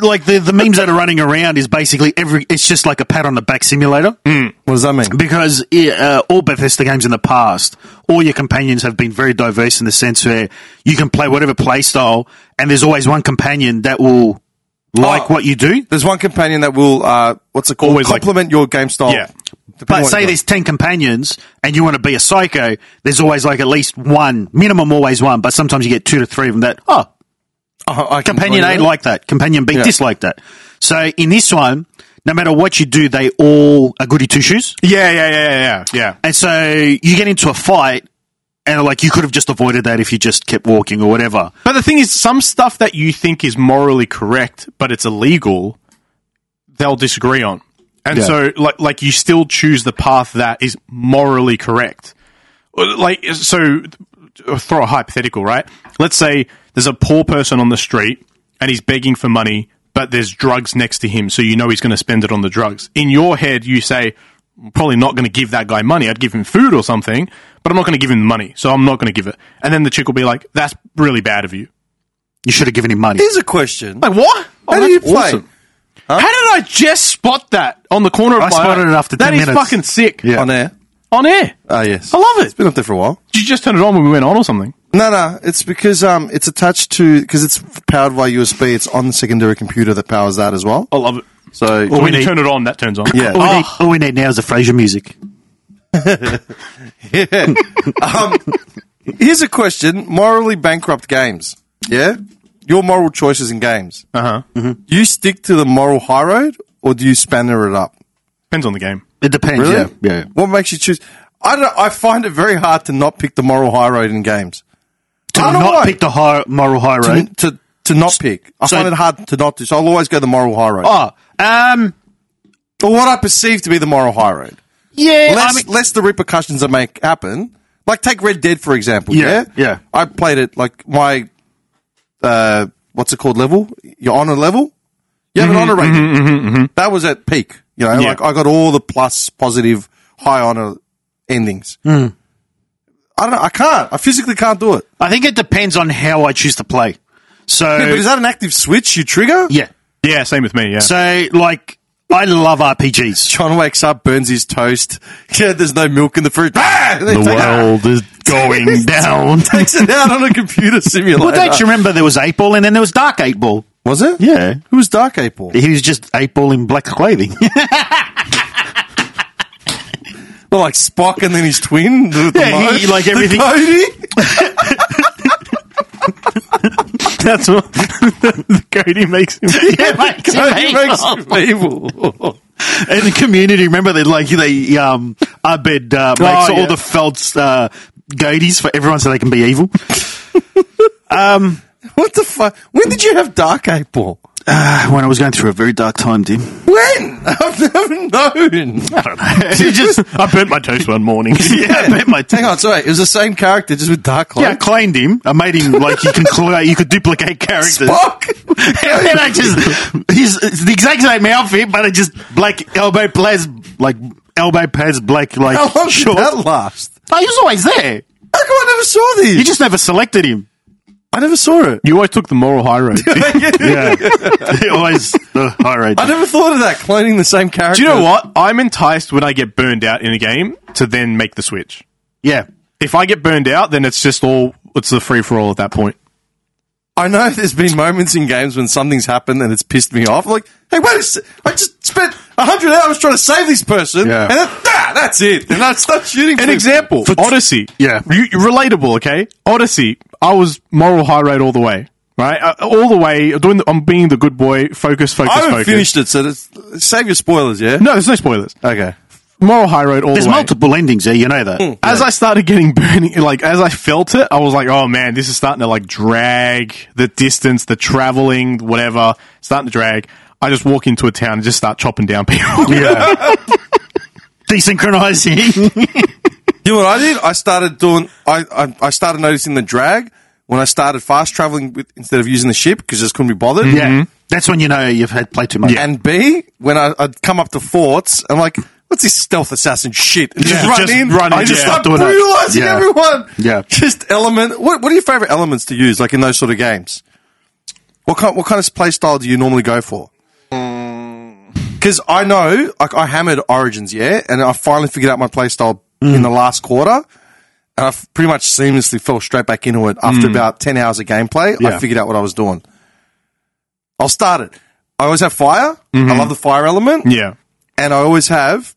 [SPEAKER 8] Like the, the memes that are running around is basically every. It's just like a pat on the back simulator
[SPEAKER 1] what does that mean?
[SPEAKER 8] because uh, all Bethesda games in the past, all your companions have been very diverse in the sense where you can play whatever play style, and there's always one companion that will like
[SPEAKER 1] Oh.
[SPEAKER 8] what you do.
[SPEAKER 1] There's one companion that will, uh, what's it called?
[SPEAKER 7] Always like-
[SPEAKER 1] Complement your game style.
[SPEAKER 7] Yeah.
[SPEAKER 1] Depending on
[SPEAKER 8] But
[SPEAKER 1] what
[SPEAKER 8] say
[SPEAKER 1] you
[SPEAKER 8] there's 10 companions and you want to be a psycho, there's always like at least one, minimum always one, but sometimes you get two to three of them that, oh,
[SPEAKER 1] got. Oh, I can
[SPEAKER 8] companion
[SPEAKER 1] play
[SPEAKER 8] A
[SPEAKER 1] that.
[SPEAKER 8] like that, companion B
[SPEAKER 1] Yeah.
[SPEAKER 8] dislike that. So in this one, no matter what you do, they all are goody two shoes.
[SPEAKER 7] [LAUGHS] Yeah, yeah, yeah, yeah, yeah.
[SPEAKER 8] And so you get into a fight and like you could have just avoided that if you just kept walking or whatever.
[SPEAKER 7] But the thing is, some stuff that you think is morally correct, but it's illegal, they'll disagree on. And
[SPEAKER 1] Yeah.
[SPEAKER 7] so, like, like you still choose the path that is morally correct. Like, so throw a hypothetical, right? Let's say there's a poor person on the street and he's begging for money, but there's drugs next to him, so you know he's going to spend it on the drugs. In your head, you say, I'm probably not going to give that guy money. I'd give him food or something, but I'm not going to give him the money, so I'm not going to give it. And then the chick will be like, that's really bad of you.
[SPEAKER 8] You should have given him money.
[SPEAKER 1] Here's a question.
[SPEAKER 7] Like what?
[SPEAKER 1] How do
[SPEAKER 7] Oh, that's
[SPEAKER 1] you play?
[SPEAKER 7] How did I just spot that on the corner of
[SPEAKER 8] I
[SPEAKER 7] my
[SPEAKER 8] spotted
[SPEAKER 7] eye?
[SPEAKER 8] it after
[SPEAKER 7] That
[SPEAKER 8] 10
[SPEAKER 7] is
[SPEAKER 8] minutes.
[SPEAKER 7] fucking sick.
[SPEAKER 8] Yeah.
[SPEAKER 1] On air.
[SPEAKER 7] On air.
[SPEAKER 1] Ah, yes.
[SPEAKER 7] I love
[SPEAKER 1] It's
[SPEAKER 7] it.
[SPEAKER 1] been up there for a while.
[SPEAKER 7] Did you just turn it on when we went on or something?
[SPEAKER 1] No, no, it's because um, it's attached to because it's powered by USB. It's on the secondary computer that powers that as well.
[SPEAKER 7] I love it.
[SPEAKER 1] So
[SPEAKER 7] So when
[SPEAKER 8] we
[SPEAKER 7] you
[SPEAKER 8] need-
[SPEAKER 7] turn it on, that turns on.
[SPEAKER 1] yeah,
[SPEAKER 8] all, we need, all we need now is the Fraser music.
[SPEAKER 1] here's a question: morally bankrupt games. Yeah, your moral choices in games.
[SPEAKER 7] Uh huh.
[SPEAKER 1] Do you stick to the moral high road, or do you spanner it up?
[SPEAKER 7] Depends on the game.
[SPEAKER 8] It depends. Yeah. Yeah.
[SPEAKER 1] What makes you choose? I don't. I find it very hard to not pick the moral high road in games.
[SPEAKER 8] To
[SPEAKER 1] I don't
[SPEAKER 8] not
[SPEAKER 1] know.
[SPEAKER 8] pick the high, moral high road.
[SPEAKER 1] To, to to not pick, I
[SPEAKER 8] So-
[SPEAKER 1] find it hard to not do. So I'll always go the moral high road,
[SPEAKER 8] oh, um,
[SPEAKER 1] or what I perceive to be the moral high road.
[SPEAKER 8] yeah.
[SPEAKER 1] less,
[SPEAKER 8] I mean,
[SPEAKER 1] less the repercussions that make happen. Like take Red Dead for example. Yeah,
[SPEAKER 8] Yeah, yeah.
[SPEAKER 1] I played it like my, uh, what's it called? Level your honor level. You have
[SPEAKER 8] mm-hmm,
[SPEAKER 1] an honor rating. That was at peak. You know,
[SPEAKER 7] Yeah.
[SPEAKER 1] like I got all the plus positive high honor endings.
[SPEAKER 8] Hmm.
[SPEAKER 1] I don't know. I can't. I physically can't do it.
[SPEAKER 8] I think it depends on how I choose to play. So [LAUGHS]
[SPEAKER 1] Yeah, but is that an active switch you trigger?
[SPEAKER 8] yeah.
[SPEAKER 7] Yeah, same with me. Yeah.
[SPEAKER 8] So like, I love RPGs.
[SPEAKER 1] John wakes up, burns his toast. [LAUGHS] Yeah, there's no milk in the fruit. [LAUGHS] Ah! The
[SPEAKER 8] [LAUGHS] is going
[SPEAKER 1] [LAUGHS]
[SPEAKER 8] down. [LAUGHS]
[SPEAKER 1] takes it out on a computer simulator.
[SPEAKER 8] well, don't you remember there was Eight Ball and then there was Dark Eight Ball?
[SPEAKER 1] Was it?
[SPEAKER 8] Yeah.
[SPEAKER 1] Who was Dark April?
[SPEAKER 8] He was just Eight Ball in black clothing. [LAUGHS]
[SPEAKER 1] Well, like Spock and then his twin. The, the
[SPEAKER 8] Yeah, he-
[SPEAKER 1] Mo-
[SPEAKER 8] like
[SPEAKER 1] the
[SPEAKER 8] everything-
[SPEAKER 1] Cody?
[SPEAKER 7] That's
[SPEAKER 8] [LAUGHS]
[SPEAKER 7] what Cody makes him.
[SPEAKER 8] yeah,
[SPEAKER 1] [LAUGHS]
[SPEAKER 8] like,
[SPEAKER 1] Cody makes him evil.
[SPEAKER 8] [LAUGHS]
[SPEAKER 1] [LAUGHS]
[SPEAKER 8] in the community, remember they like they um Abed uh, makes
[SPEAKER 7] Oh, yeah.
[SPEAKER 8] all the Felds uh, goatees for everyone so they can be evil.
[SPEAKER 1] what the fuck? When did you have Dark April?
[SPEAKER 8] When I was going through a very dark time, Tim.
[SPEAKER 1] When? I've never known.
[SPEAKER 8] I don't know. [LAUGHS]
[SPEAKER 7] He just, I burnt my toast one
[SPEAKER 1] [LAUGHS]
[SPEAKER 7] morning.
[SPEAKER 8] yeah, I bet my
[SPEAKER 1] Hang on, sorry. It was the same character, just with dark
[SPEAKER 8] Yeah, I
[SPEAKER 1] clothes.
[SPEAKER 8] claimed him. I made him like you can cl- you could duplicate characters. [LAUGHS] and then
[SPEAKER 1] Spock.
[SPEAKER 8] I just he's it's the exact same outfit, but it just black elbow pads, like elbow pads, black
[SPEAKER 1] [LAUGHS]
[SPEAKER 8] like
[SPEAKER 1] How long did
[SPEAKER 8] shorts.
[SPEAKER 1] that last?
[SPEAKER 8] Oh, he was always there.
[SPEAKER 1] How come I never saw these?
[SPEAKER 8] You just never selected him.
[SPEAKER 1] I never saw it.
[SPEAKER 7] You always took the moral high [LAUGHS] road.
[SPEAKER 8] Yeah,
[SPEAKER 1] [LAUGHS]
[SPEAKER 8] He always uh, the high rate.
[SPEAKER 1] I never thought of that. Cloning the same character.
[SPEAKER 7] Do you know what? I'm enticed when I get burned out in a game to then make the switch.
[SPEAKER 8] Yeah,
[SPEAKER 7] If I get burned out, then it's just all, it's the free for all at that point.
[SPEAKER 1] I know there's been moments in games when something's happened and it's pissed me off. Like, hey, wait a sec. I just spent 100 hours trying to save this person,
[SPEAKER 8] Yeah.
[SPEAKER 1] and then, ah, that's it. And I start shooting.
[SPEAKER 7] An
[SPEAKER 1] people.
[SPEAKER 7] example, Odyssey.
[SPEAKER 8] Yeah.
[SPEAKER 7] You- you're relatable. Okay, Odyssey. I was moral high road all the way. Right, uh, all the way. Doing. The, I'm being the good boy. Focus, focus,
[SPEAKER 1] I haven't
[SPEAKER 7] focus.
[SPEAKER 1] finished it, so that's, save your spoilers, yeah?
[SPEAKER 7] No, there's no spoilers. Uh,
[SPEAKER 1] Okay.
[SPEAKER 7] Moral high road all
[SPEAKER 8] there's
[SPEAKER 7] the way.
[SPEAKER 8] multiple endings there. You know that.
[SPEAKER 1] Hmm.
[SPEAKER 7] As I started getting burning, like as I felt it, I was like, "Oh man, this is starting to like drag the distance, the traveling, whatever, starting to drag." I just walk into a town and just start chopping down [LAUGHS] people.
[SPEAKER 8] Yeah. Desynchronizing. [LAUGHS]
[SPEAKER 1] You know what I did? I started doing. I, I, I started noticing the drag when I started fast traveling with, instead of using the ship because just couldn't be bothered.
[SPEAKER 8] yeah. That's when you know you've had play too much.
[SPEAKER 1] And B, when I, I'd come up to forts, I'm like, "What's this stealth assassin shit?" And
[SPEAKER 8] Yeah,
[SPEAKER 1] just run
[SPEAKER 8] just
[SPEAKER 1] in.
[SPEAKER 8] run in,
[SPEAKER 1] I just
[SPEAKER 8] yeah.
[SPEAKER 1] start
[SPEAKER 8] Doing that.
[SPEAKER 1] brutalizing
[SPEAKER 8] Yeah.
[SPEAKER 1] everyone.
[SPEAKER 8] Yeah.
[SPEAKER 1] Just element. What, what are your favorite elements to use, like in those sort of games? What kind What kind of play style do you normally go for?
[SPEAKER 8] Mm.
[SPEAKER 1] Because I know, like, I hammered Origins, yeah, and I finally figured out my play style
[SPEAKER 8] Mm.
[SPEAKER 1] in the last quarter. And I have pretty much seamlessly fell straight back into it after about 10 hours of gameplay. I
[SPEAKER 8] Mm. Yeah.
[SPEAKER 1] figured out what I was doing. I'll start it. I always have fire. I love the fire element.
[SPEAKER 7] Mm-hmm. yeah.
[SPEAKER 1] And I always have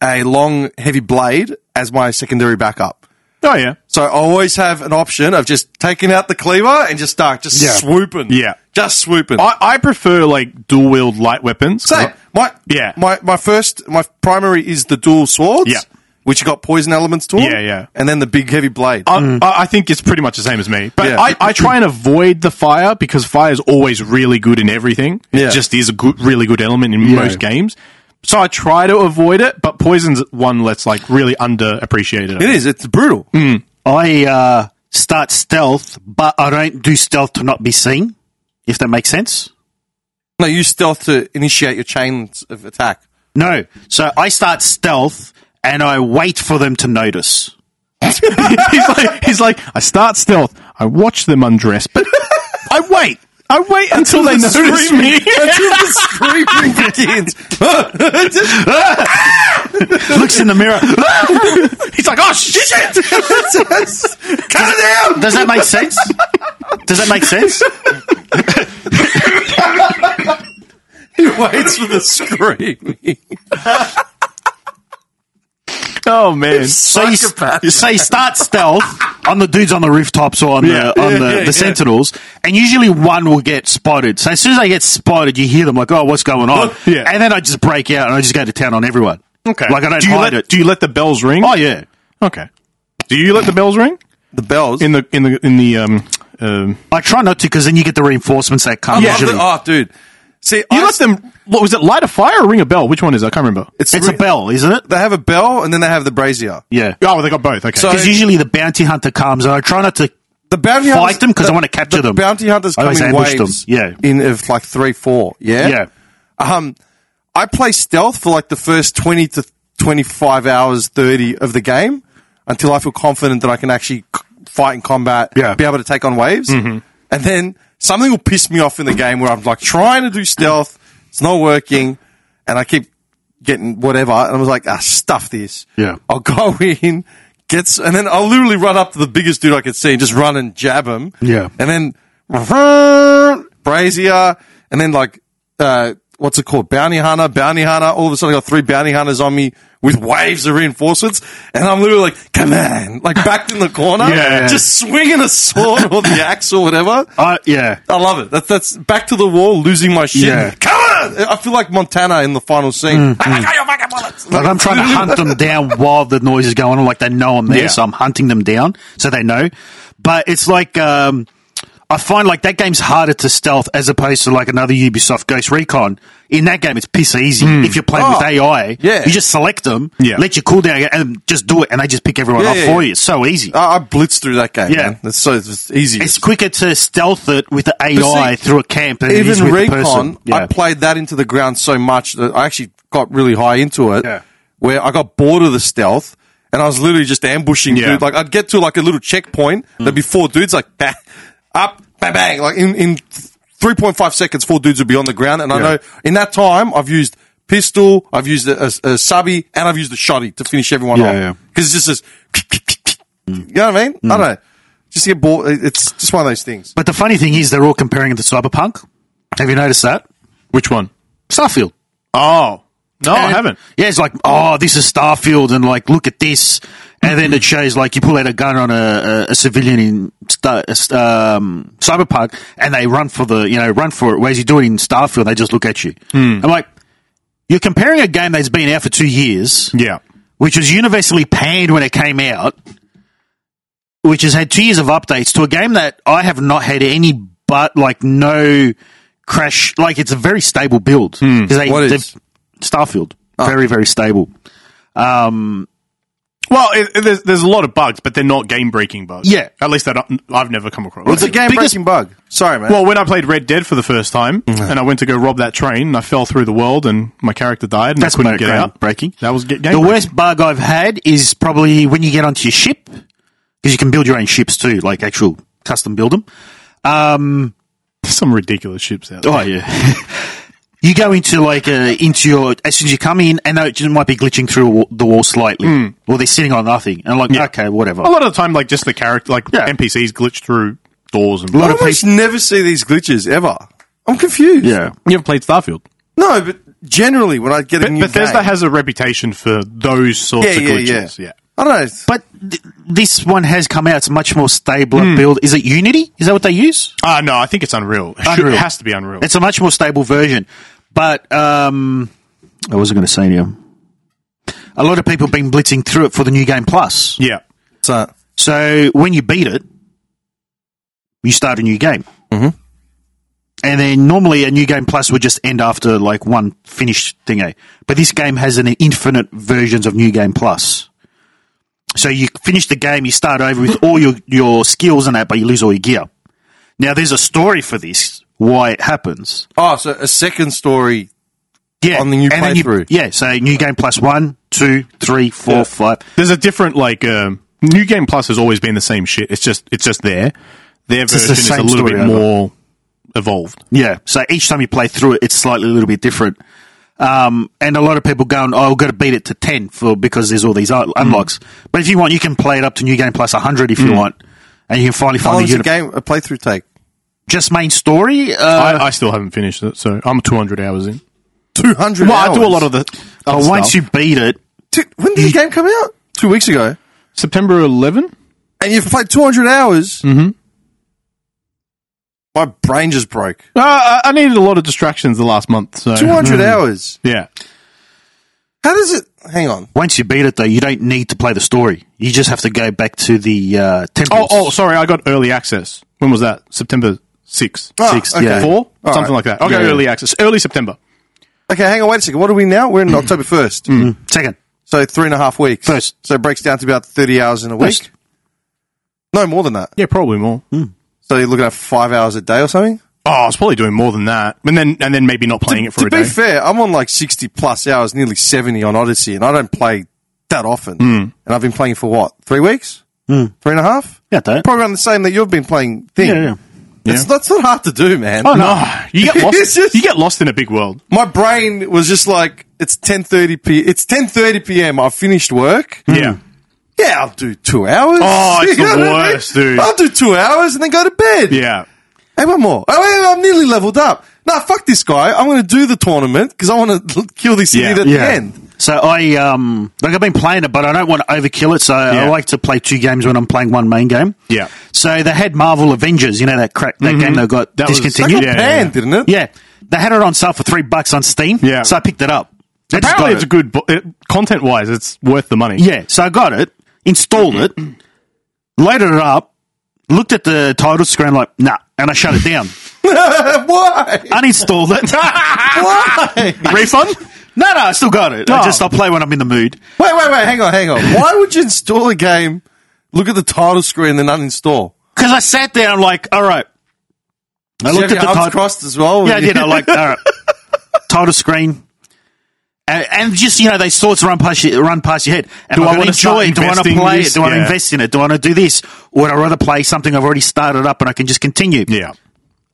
[SPEAKER 1] a long, heavy blade as my secondary backup.
[SPEAKER 7] Oh yeah.
[SPEAKER 1] So I always have an option of just taking out the cleaver and just start just
[SPEAKER 8] Yeah.
[SPEAKER 1] swooping.
[SPEAKER 7] Yeah.
[SPEAKER 1] Just swooping.
[SPEAKER 7] I, I prefer like dual wield light weapons.
[SPEAKER 1] Same. My
[SPEAKER 7] Yeah.
[SPEAKER 1] My my first my primary is the dual swords.
[SPEAKER 7] Yeah.
[SPEAKER 1] Which got poison elements to them.
[SPEAKER 7] Yeah, yeah.
[SPEAKER 1] And then the big heavy blade.
[SPEAKER 7] I, I I think it's pretty much the same as me, but
[SPEAKER 1] Yeah.
[SPEAKER 7] I, I try and avoid the fire because fire is always really good in everything.
[SPEAKER 1] Yeah.
[SPEAKER 7] It just is a good, really good element in most games. So I try to avoid it, but poison's one that's like really underappreciated.
[SPEAKER 1] it is. It's brutal.
[SPEAKER 7] Mm.
[SPEAKER 8] I uh, start stealth, but I don't do stealth to not be seen, if that makes sense.
[SPEAKER 1] No, you stealth to initiate your chains of
[SPEAKER 7] [LAUGHS]
[SPEAKER 1] attack.
[SPEAKER 8] No. So I start stealth and I wait for them to notice.
[SPEAKER 7] [LAUGHS] he's like, he's like, I start stealth, I watch them undress, but I wait, I wait until, they
[SPEAKER 1] the
[SPEAKER 7] notice
[SPEAKER 1] screaming- [LAUGHS]
[SPEAKER 7] me.
[SPEAKER 1] Until the screaming
[SPEAKER 7] [LAUGHS]
[SPEAKER 1] [LAUGHS] begins.
[SPEAKER 8] Looks in the mirror. [LAUGHS]
[SPEAKER 7] he's like, oh shit!
[SPEAKER 1] Cut it down!
[SPEAKER 8] Does that make sense? Does that make sense?
[SPEAKER 1] He waits for the screaming.
[SPEAKER 7] Oh man.
[SPEAKER 8] So you,
[SPEAKER 1] Psychopath.
[SPEAKER 8] so you start stealth on the dudes on the rooftops or
[SPEAKER 7] [LAUGHS]
[SPEAKER 8] on
[SPEAKER 7] Yeah.
[SPEAKER 8] the on the,
[SPEAKER 1] Yeah, yeah,
[SPEAKER 8] the
[SPEAKER 1] yeah.
[SPEAKER 8] sentinels, and usually one will get spotted. So as soon as they get spotted, you hear them like, "Oh, what's going on?"
[SPEAKER 7] Yeah.
[SPEAKER 8] And then I just break out and I just go to town on everyone.
[SPEAKER 7] Okay.
[SPEAKER 8] Like I don't
[SPEAKER 7] do you
[SPEAKER 8] hide
[SPEAKER 7] let,
[SPEAKER 8] it.
[SPEAKER 7] Do you let the bells ring?
[SPEAKER 8] oh yeah.
[SPEAKER 7] Okay. Do you let the bells ring
[SPEAKER 1] The bells.
[SPEAKER 7] in the in the in the um? um
[SPEAKER 8] I try not to because then you get the reinforcements that come.
[SPEAKER 1] yeah,
[SPEAKER 8] usually.
[SPEAKER 1] oh, dude. See,
[SPEAKER 7] you
[SPEAKER 1] I-
[SPEAKER 7] let them. What was it? Light a fire or ring a bell? Which one is? It? I can't remember.
[SPEAKER 8] it's a
[SPEAKER 1] re-
[SPEAKER 8] bell, isn't it?
[SPEAKER 1] They have a bell and then they have the brazier.
[SPEAKER 8] Yeah.
[SPEAKER 7] Oh, they got both. Okay.
[SPEAKER 1] So-
[SPEAKER 8] Because usually the bounty hunter comes, and I try not to.
[SPEAKER 1] The bounty
[SPEAKER 8] Fight
[SPEAKER 1] hunters,
[SPEAKER 8] them 'cause I
[SPEAKER 1] the-
[SPEAKER 8] wanna capture
[SPEAKER 1] the
[SPEAKER 8] them.
[SPEAKER 1] Bounty hunters
[SPEAKER 8] I
[SPEAKER 1] come
[SPEAKER 8] always
[SPEAKER 1] in
[SPEAKER 8] ambush
[SPEAKER 1] waves.
[SPEAKER 8] them, yeah.
[SPEAKER 1] in of like three, four. Yeah,
[SPEAKER 8] Yeah.
[SPEAKER 1] Um, I play stealth for like the first twenty to twenty-five hours, thirty of the game, until I feel confident that I can actually c- fight in combat.
[SPEAKER 8] Yeah. Mm-hmm.
[SPEAKER 1] be able to take on waves, and then something will piss me off in the game where I'm like trying to do stealth, it's not working, and I keep getting whatever. And I was like, ah, stuff this.
[SPEAKER 8] Yeah.
[SPEAKER 1] I'll go [LAUGHS] in, get, s- and then I'll literally run up to the biggest dude I could see and just run and jab him.
[SPEAKER 8] Yeah.
[SPEAKER 1] And then brazier, and then like, uh, what's it called? Bounty hunter, bounty hunter. All of a sudden, I got three bounty hunters on me with waves of reinforcements, and I'm literally like, come on, like backed in the corner,
[SPEAKER 8] [LAUGHS] Yeah.
[SPEAKER 1] just swinging a sword or the axe or whatever.
[SPEAKER 8] Uh, yeah.
[SPEAKER 1] I love it. That's that's back to the wall, losing my shit.
[SPEAKER 8] Yeah.
[SPEAKER 1] Come on! I feel like Montana in the final scene. I got your fucking bullets.
[SPEAKER 8] Like
[SPEAKER 1] [LAUGHS]
[SPEAKER 8] I'm trying to hunt them down while the noise is going on. Like they know I'm there,
[SPEAKER 7] Yeah.
[SPEAKER 8] so I'm hunting them down so they know. But it's like um, I find like that game's harder to stealth as opposed to like another Ubisoft Ghost Recon. In that game, it's piss easy if you're playing with
[SPEAKER 1] Oh,
[SPEAKER 8] AI.
[SPEAKER 1] yeah.
[SPEAKER 8] you just select them,
[SPEAKER 7] Yeah.
[SPEAKER 8] let your cooldown, and just do it, and they just pick everyone
[SPEAKER 1] Yeah,
[SPEAKER 8] off
[SPEAKER 1] yeah,
[SPEAKER 8] for
[SPEAKER 1] yeah.
[SPEAKER 8] you. It's so easy.
[SPEAKER 1] I, I blitzed through that game.
[SPEAKER 8] Yeah.
[SPEAKER 1] man. that's so it's easy.
[SPEAKER 8] it's quicker to stealth it with the AI
[SPEAKER 1] see,
[SPEAKER 8] through a camp than it is
[SPEAKER 1] Even
[SPEAKER 8] with the
[SPEAKER 1] recon,
[SPEAKER 8] person.
[SPEAKER 1] I
[SPEAKER 8] Yeah.
[SPEAKER 1] played that into the ground so much that I actually got really high into it.
[SPEAKER 8] Yeah.
[SPEAKER 1] Where I got bored of the stealth. And I was literally just ambushing
[SPEAKER 7] Yeah.
[SPEAKER 1] dude. Like I'd get to like a little checkpoint.
[SPEAKER 8] Mm.
[SPEAKER 1] There'd be four dudes like [LAUGHS] bang, up, bang, bang. Like in, in three point five seconds, four dudes would be on the ground. And I know in that time, I've used pistol, I've used a, a, a subby, and I've used a shotty to finish everyone
[SPEAKER 8] Yeah,
[SPEAKER 1] off.
[SPEAKER 8] yeah. Mm.
[SPEAKER 1] Because it's just this. [LAUGHS] You know what I mean? I don't know. Just get bored. It's just one of those things.
[SPEAKER 8] But the funny thing is, they're all comparing it to Cyberpunk. Have you noticed that?
[SPEAKER 7] Which one?
[SPEAKER 8] Starfield.
[SPEAKER 7] Oh no, I
[SPEAKER 8] And-
[SPEAKER 7] haven't.
[SPEAKER 8] Yeah, it's like, oh, this is Starfield, and like, look at this, and then it shows like you pull out a gun on a, a, a civilian in Star, um, Cyberpunk, and they run for the, you know, run for it. Whereas you do it in Starfield, they just look at you.
[SPEAKER 1] Hmm.
[SPEAKER 8] I'm like, you're comparing a game that's been out for two years,
[SPEAKER 7] Yeah.
[SPEAKER 8] which was universally panned when it came out, which has had two years of updates to a game that I have not had any but like no crash. Like it's a very stable build.
[SPEAKER 7] Hmm.
[SPEAKER 8] 'Cause They,
[SPEAKER 1] What is?
[SPEAKER 8] they've- Starfield?
[SPEAKER 7] Ah.
[SPEAKER 8] Very very stable.
[SPEAKER 7] Well, it, it- there's, there's a lot of bugs, but they're not game breaking bugs.
[SPEAKER 8] Yeah.
[SPEAKER 7] At least I don't, I've never come across.
[SPEAKER 1] What's a
[SPEAKER 7] Like,
[SPEAKER 1] game
[SPEAKER 7] biggest-
[SPEAKER 1] breaking bug? Sorry, man.
[SPEAKER 7] Well, when I played Red Dead for the first time, and I went to go rob that train, and I fell through the world, and my character died, and
[SPEAKER 8] That's
[SPEAKER 7] I couldn't get
[SPEAKER 8] game
[SPEAKER 7] out.
[SPEAKER 8] breaking.
[SPEAKER 7] That was ge- game.
[SPEAKER 8] the worst bug I've had is probably when you get onto your ship because you can build your own ships too, like actual custom build them.
[SPEAKER 7] Some ridiculous ships out there.
[SPEAKER 8] Oh yeah. [LAUGHS] you go into like uh, into your as soon as you come in, and it might be glitching through a wa- the wall slightly, or they're sitting on nothing, and like
[SPEAKER 7] Hmm. Yeah. Oh,
[SPEAKER 8] okay, whatever.
[SPEAKER 7] A lot of the time, like just the character, like
[SPEAKER 8] Yeah.
[SPEAKER 7] NPCs glitch through doors and.
[SPEAKER 8] A lot
[SPEAKER 1] I
[SPEAKER 8] of
[SPEAKER 1] almost
[SPEAKER 8] people.
[SPEAKER 1] never see these glitches ever. I'm confused.
[SPEAKER 8] Yeah.
[SPEAKER 7] You ever played Starfield?
[SPEAKER 1] No, but generally when I get a
[SPEAKER 7] But
[SPEAKER 1] new
[SPEAKER 7] Bethesda
[SPEAKER 1] game,
[SPEAKER 7] has a reputation for those sorts
[SPEAKER 1] yeah,
[SPEAKER 7] of
[SPEAKER 1] yeah, yeah,
[SPEAKER 7] glitches. Yeah.
[SPEAKER 1] I don't know.
[SPEAKER 8] But th- this one has come out. It's a much more stable
[SPEAKER 7] Hmm.
[SPEAKER 8] build. Is it Unity? Is that what they use?
[SPEAKER 7] Ah, no, I think it's Unreal. [LAUGHS] It, should-
[SPEAKER 8] Unreal.
[SPEAKER 7] it has to be Unreal.
[SPEAKER 8] It's a much more stable version. But um, I wasn't going to say to you. A lot of people have been blitzing through it for the new game plus.
[SPEAKER 7] yeah. uh,
[SPEAKER 1] So,
[SPEAKER 8] So when you beat it, you start a new game. Mm-hmm. And then normally a new game plus would just end after like one finished thingy. But this game has an infinite versions of new game plus. So you finish the game, you start over with all your, your skills and that, but you lose all your gear. Now there's a story for this, why it happens.
[SPEAKER 1] oh, so a second story.
[SPEAKER 8] Yeah.
[SPEAKER 1] On the new
[SPEAKER 8] and then you-
[SPEAKER 1] playthrough.
[SPEAKER 8] yeah, so new game plus one, two, three, four, five.
[SPEAKER 7] There's a different like um, New Game Plus has always been the same shit. It's just it's just there. Their version
[SPEAKER 8] just the
[SPEAKER 7] is a
[SPEAKER 8] same
[SPEAKER 7] little
[SPEAKER 8] story
[SPEAKER 7] bit
[SPEAKER 8] over.
[SPEAKER 7] more evolved.
[SPEAKER 8] Yeah. So each time you play through it, it's slightly a little bit different. Um, and a lot of people going, "Oh, I've got to beat it to ten for because there's all these un- unlocks." But if you want, you can play it up to new game plus hundred if you want, and you can finally
[SPEAKER 7] Oh,
[SPEAKER 1] How
[SPEAKER 8] find
[SPEAKER 1] long
[SPEAKER 8] the
[SPEAKER 1] does Oh, a
[SPEAKER 8] unit.
[SPEAKER 1] game a playthrough take?
[SPEAKER 8] Just main story. Uh,
[SPEAKER 7] I, I still haven't finished it, so I'm 200 hours in.
[SPEAKER 1] Two hundred.
[SPEAKER 7] Well, I do a lot of the
[SPEAKER 8] but once you beat it,
[SPEAKER 1] Dude, when did the game come out? Two weeks ago.
[SPEAKER 7] September 11.
[SPEAKER 1] And you've played two hundred hours. Mm-hmm. My brain just
[SPEAKER 7] [LAUGHS]
[SPEAKER 1] broke.
[SPEAKER 7] Uh, I, I needed a lot of distractions the last month. So Mm.
[SPEAKER 1] Two hundred hours.
[SPEAKER 7] Yeah.
[SPEAKER 1] How does it? Hang on.
[SPEAKER 8] once you beat it, though, you don't need to play the story. You just have to go back to the uh,
[SPEAKER 7] Oh,
[SPEAKER 8] temples.
[SPEAKER 7] oh, sorry. I got early access. When was that? September 6th.
[SPEAKER 1] Ah,
[SPEAKER 8] Six,
[SPEAKER 1] okay.
[SPEAKER 8] yeah.
[SPEAKER 7] Four?
[SPEAKER 1] All
[SPEAKER 7] Something
[SPEAKER 1] right.
[SPEAKER 7] like that. Okay,
[SPEAKER 1] Yeah, yeah.
[SPEAKER 7] early access. Early September.
[SPEAKER 1] Okay, hang on. Wait a second. What are we now? We're
[SPEAKER 7] Hmm.
[SPEAKER 1] in October first.
[SPEAKER 8] Mm. Second,
[SPEAKER 1] So three and a half weeks.
[SPEAKER 8] First.
[SPEAKER 1] So it breaks down to about thirty hours in a week.
[SPEAKER 8] First.
[SPEAKER 1] No more than that.
[SPEAKER 7] Yeah, probably more.
[SPEAKER 1] So you're looking at five hours a day or something.
[SPEAKER 7] Mm. Oh, I was probably doing more than that, and then and then maybe not playing it for
[SPEAKER 1] to
[SPEAKER 7] a
[SPEAKER 1] be
[SPEAKER 7] day.
[SPEAKER 1] fair, I'm on like 60 plus hours, nearly 70 on Odyssey, and I don't play that often. And I've been playing for what, three weeks? Mm. Three and a half?
[SPEAKER 8] yeah, don't.
[SPEAKER 1] Probably around the same that you've been playing thing.
[SPEAKER 8] Yeah, yeah.
[SPEAKER 1] It's, That's not hard to do, man.
[SPEAKER 7] Oh no, you get
[SPEAKER 1] [LAUGHS] It's
[SPEAKER 7] lost.
[SPEAKER 1] just-
[SPEAKER 7] you get lost in a big world.
[SPEAKER 1] My brain was just like, it's 10.30 p. It's 10.30 p.m. I've finished work.
[SPEAKER 7] Yeah,
[SPEAKER 1] Yeah, I'll do two hours.
[SPEAKER 7] Oh,
[SPEAKER 1] [LAUGHS]
[SPEAKER 7] it's
[SPEAKER 1] You
[SPEAKER 7] the
[SPEAKER 1] know what I mean?
[SPEAKER 7] worst, dude.
[SPEAKER 1] I'll do two hours and then go to bed.
[SPEAKER 7] yeah.
[SPEAKER 1] Hey, one more. Oh, wait, I'm nearly leveled up. Nah, fuck this guy. I'm going to do the tournament because I want to kill this
[SPEAKER 7] Yeah,
[SPEAKER 1] idiot at
[SPEAKER 8] Yeah.
[SPEAKER 1] the end.
[SPEAKER 8] So I um like I've been playing it, but I don't want to overkill it. So I
[SPEAKER 7] Yeah.
[SPEAKER 8] like to play two games when I'm playing one main game.
[SPEAKER 7] Yeah. Mm-hmm.
[SPEAKER 8] So they had Marvel Avengers, you know that crack that game they got
[SPEAKER 7] That was-
[SPEAKER 8] discontinued.
[SPEAKER 7] that got
[SPEAKER 8] yeah.
[SPEAKER 1] Banned, didn't it?
[SPEAKER 8] yeah. they had it on sale for three bucks on Steam.
[SPEAKER 7] Yeah.
[SPEAKER 8] so I picked it up. I just
[SPEAKER 7] Apparently,
[SPEAKER 8] got
[SPEAKER 7] it's
[SPEAKER 8] it.
[SPEAKER 7] a good bo- it, content wise. It's worth the money.
[SPEAKER 8] yeah. So I got it, installed it,
[SPEAKER 7] Mm-hmm.
[SPEAKER 8] loaded it up, looked at the title screen like nah, and I shut
[SPEAKER 7] [LAUGHS]
[SPEAKER 8] it down,
[SPEAKER 1] [LAUGHS] Why?
[SPEAKER 8] uninstalled it. [LAUGHS]
[SPEAKER 1] Why?
[SPEAKER 7] Refund?
[SPEAKER 8] no, no, I still got it. I
[SPEAKER 7] Oh.
[SPEAKER 8] just I play when I'm in the mood.
[SPEAKER 1] Wait, wait, wait. Hang on, hang on. Why would you install a game, look at the title screen, then uninstall?
[SPEAKER 8] Because I sat there, I'm like, all right. I
[SPEAKER 1] Did you
[SPEAKER 8] looked
[SPEAKER 1] have
[SPEAKER 8] at the
[SPEAKER 1] your arms
[SPEAKER 8] title.
[SPEAKER 1] crossed as well.
[SPEAKER 8] Yeah, I did. I like all right. title screen. And, and just you know, those thoughts run past you, run past your head. And
[SPEAKER 7] Do
[SPEAKER 8] do
[SPEAKER 7] I
[SPEAKER 8] I want
[SPEAKER 7] wanna
[SPEAKER 8] to enjoy
[SPEAKER 7] start
[SPEAKER 8] it? Do I want to
[SPEAKER 7] investing
[SPEAKER 8] play
[SPEAKER 7] this?
[SPEAKER 8] it? Do I want to
[SPEAKER 7] Yeah.
[SPEAKER 8] invest in it? Do I want to do this? Or would I rather play something I've already started up and I can just continue?
[SPEAKER 7] Yeah.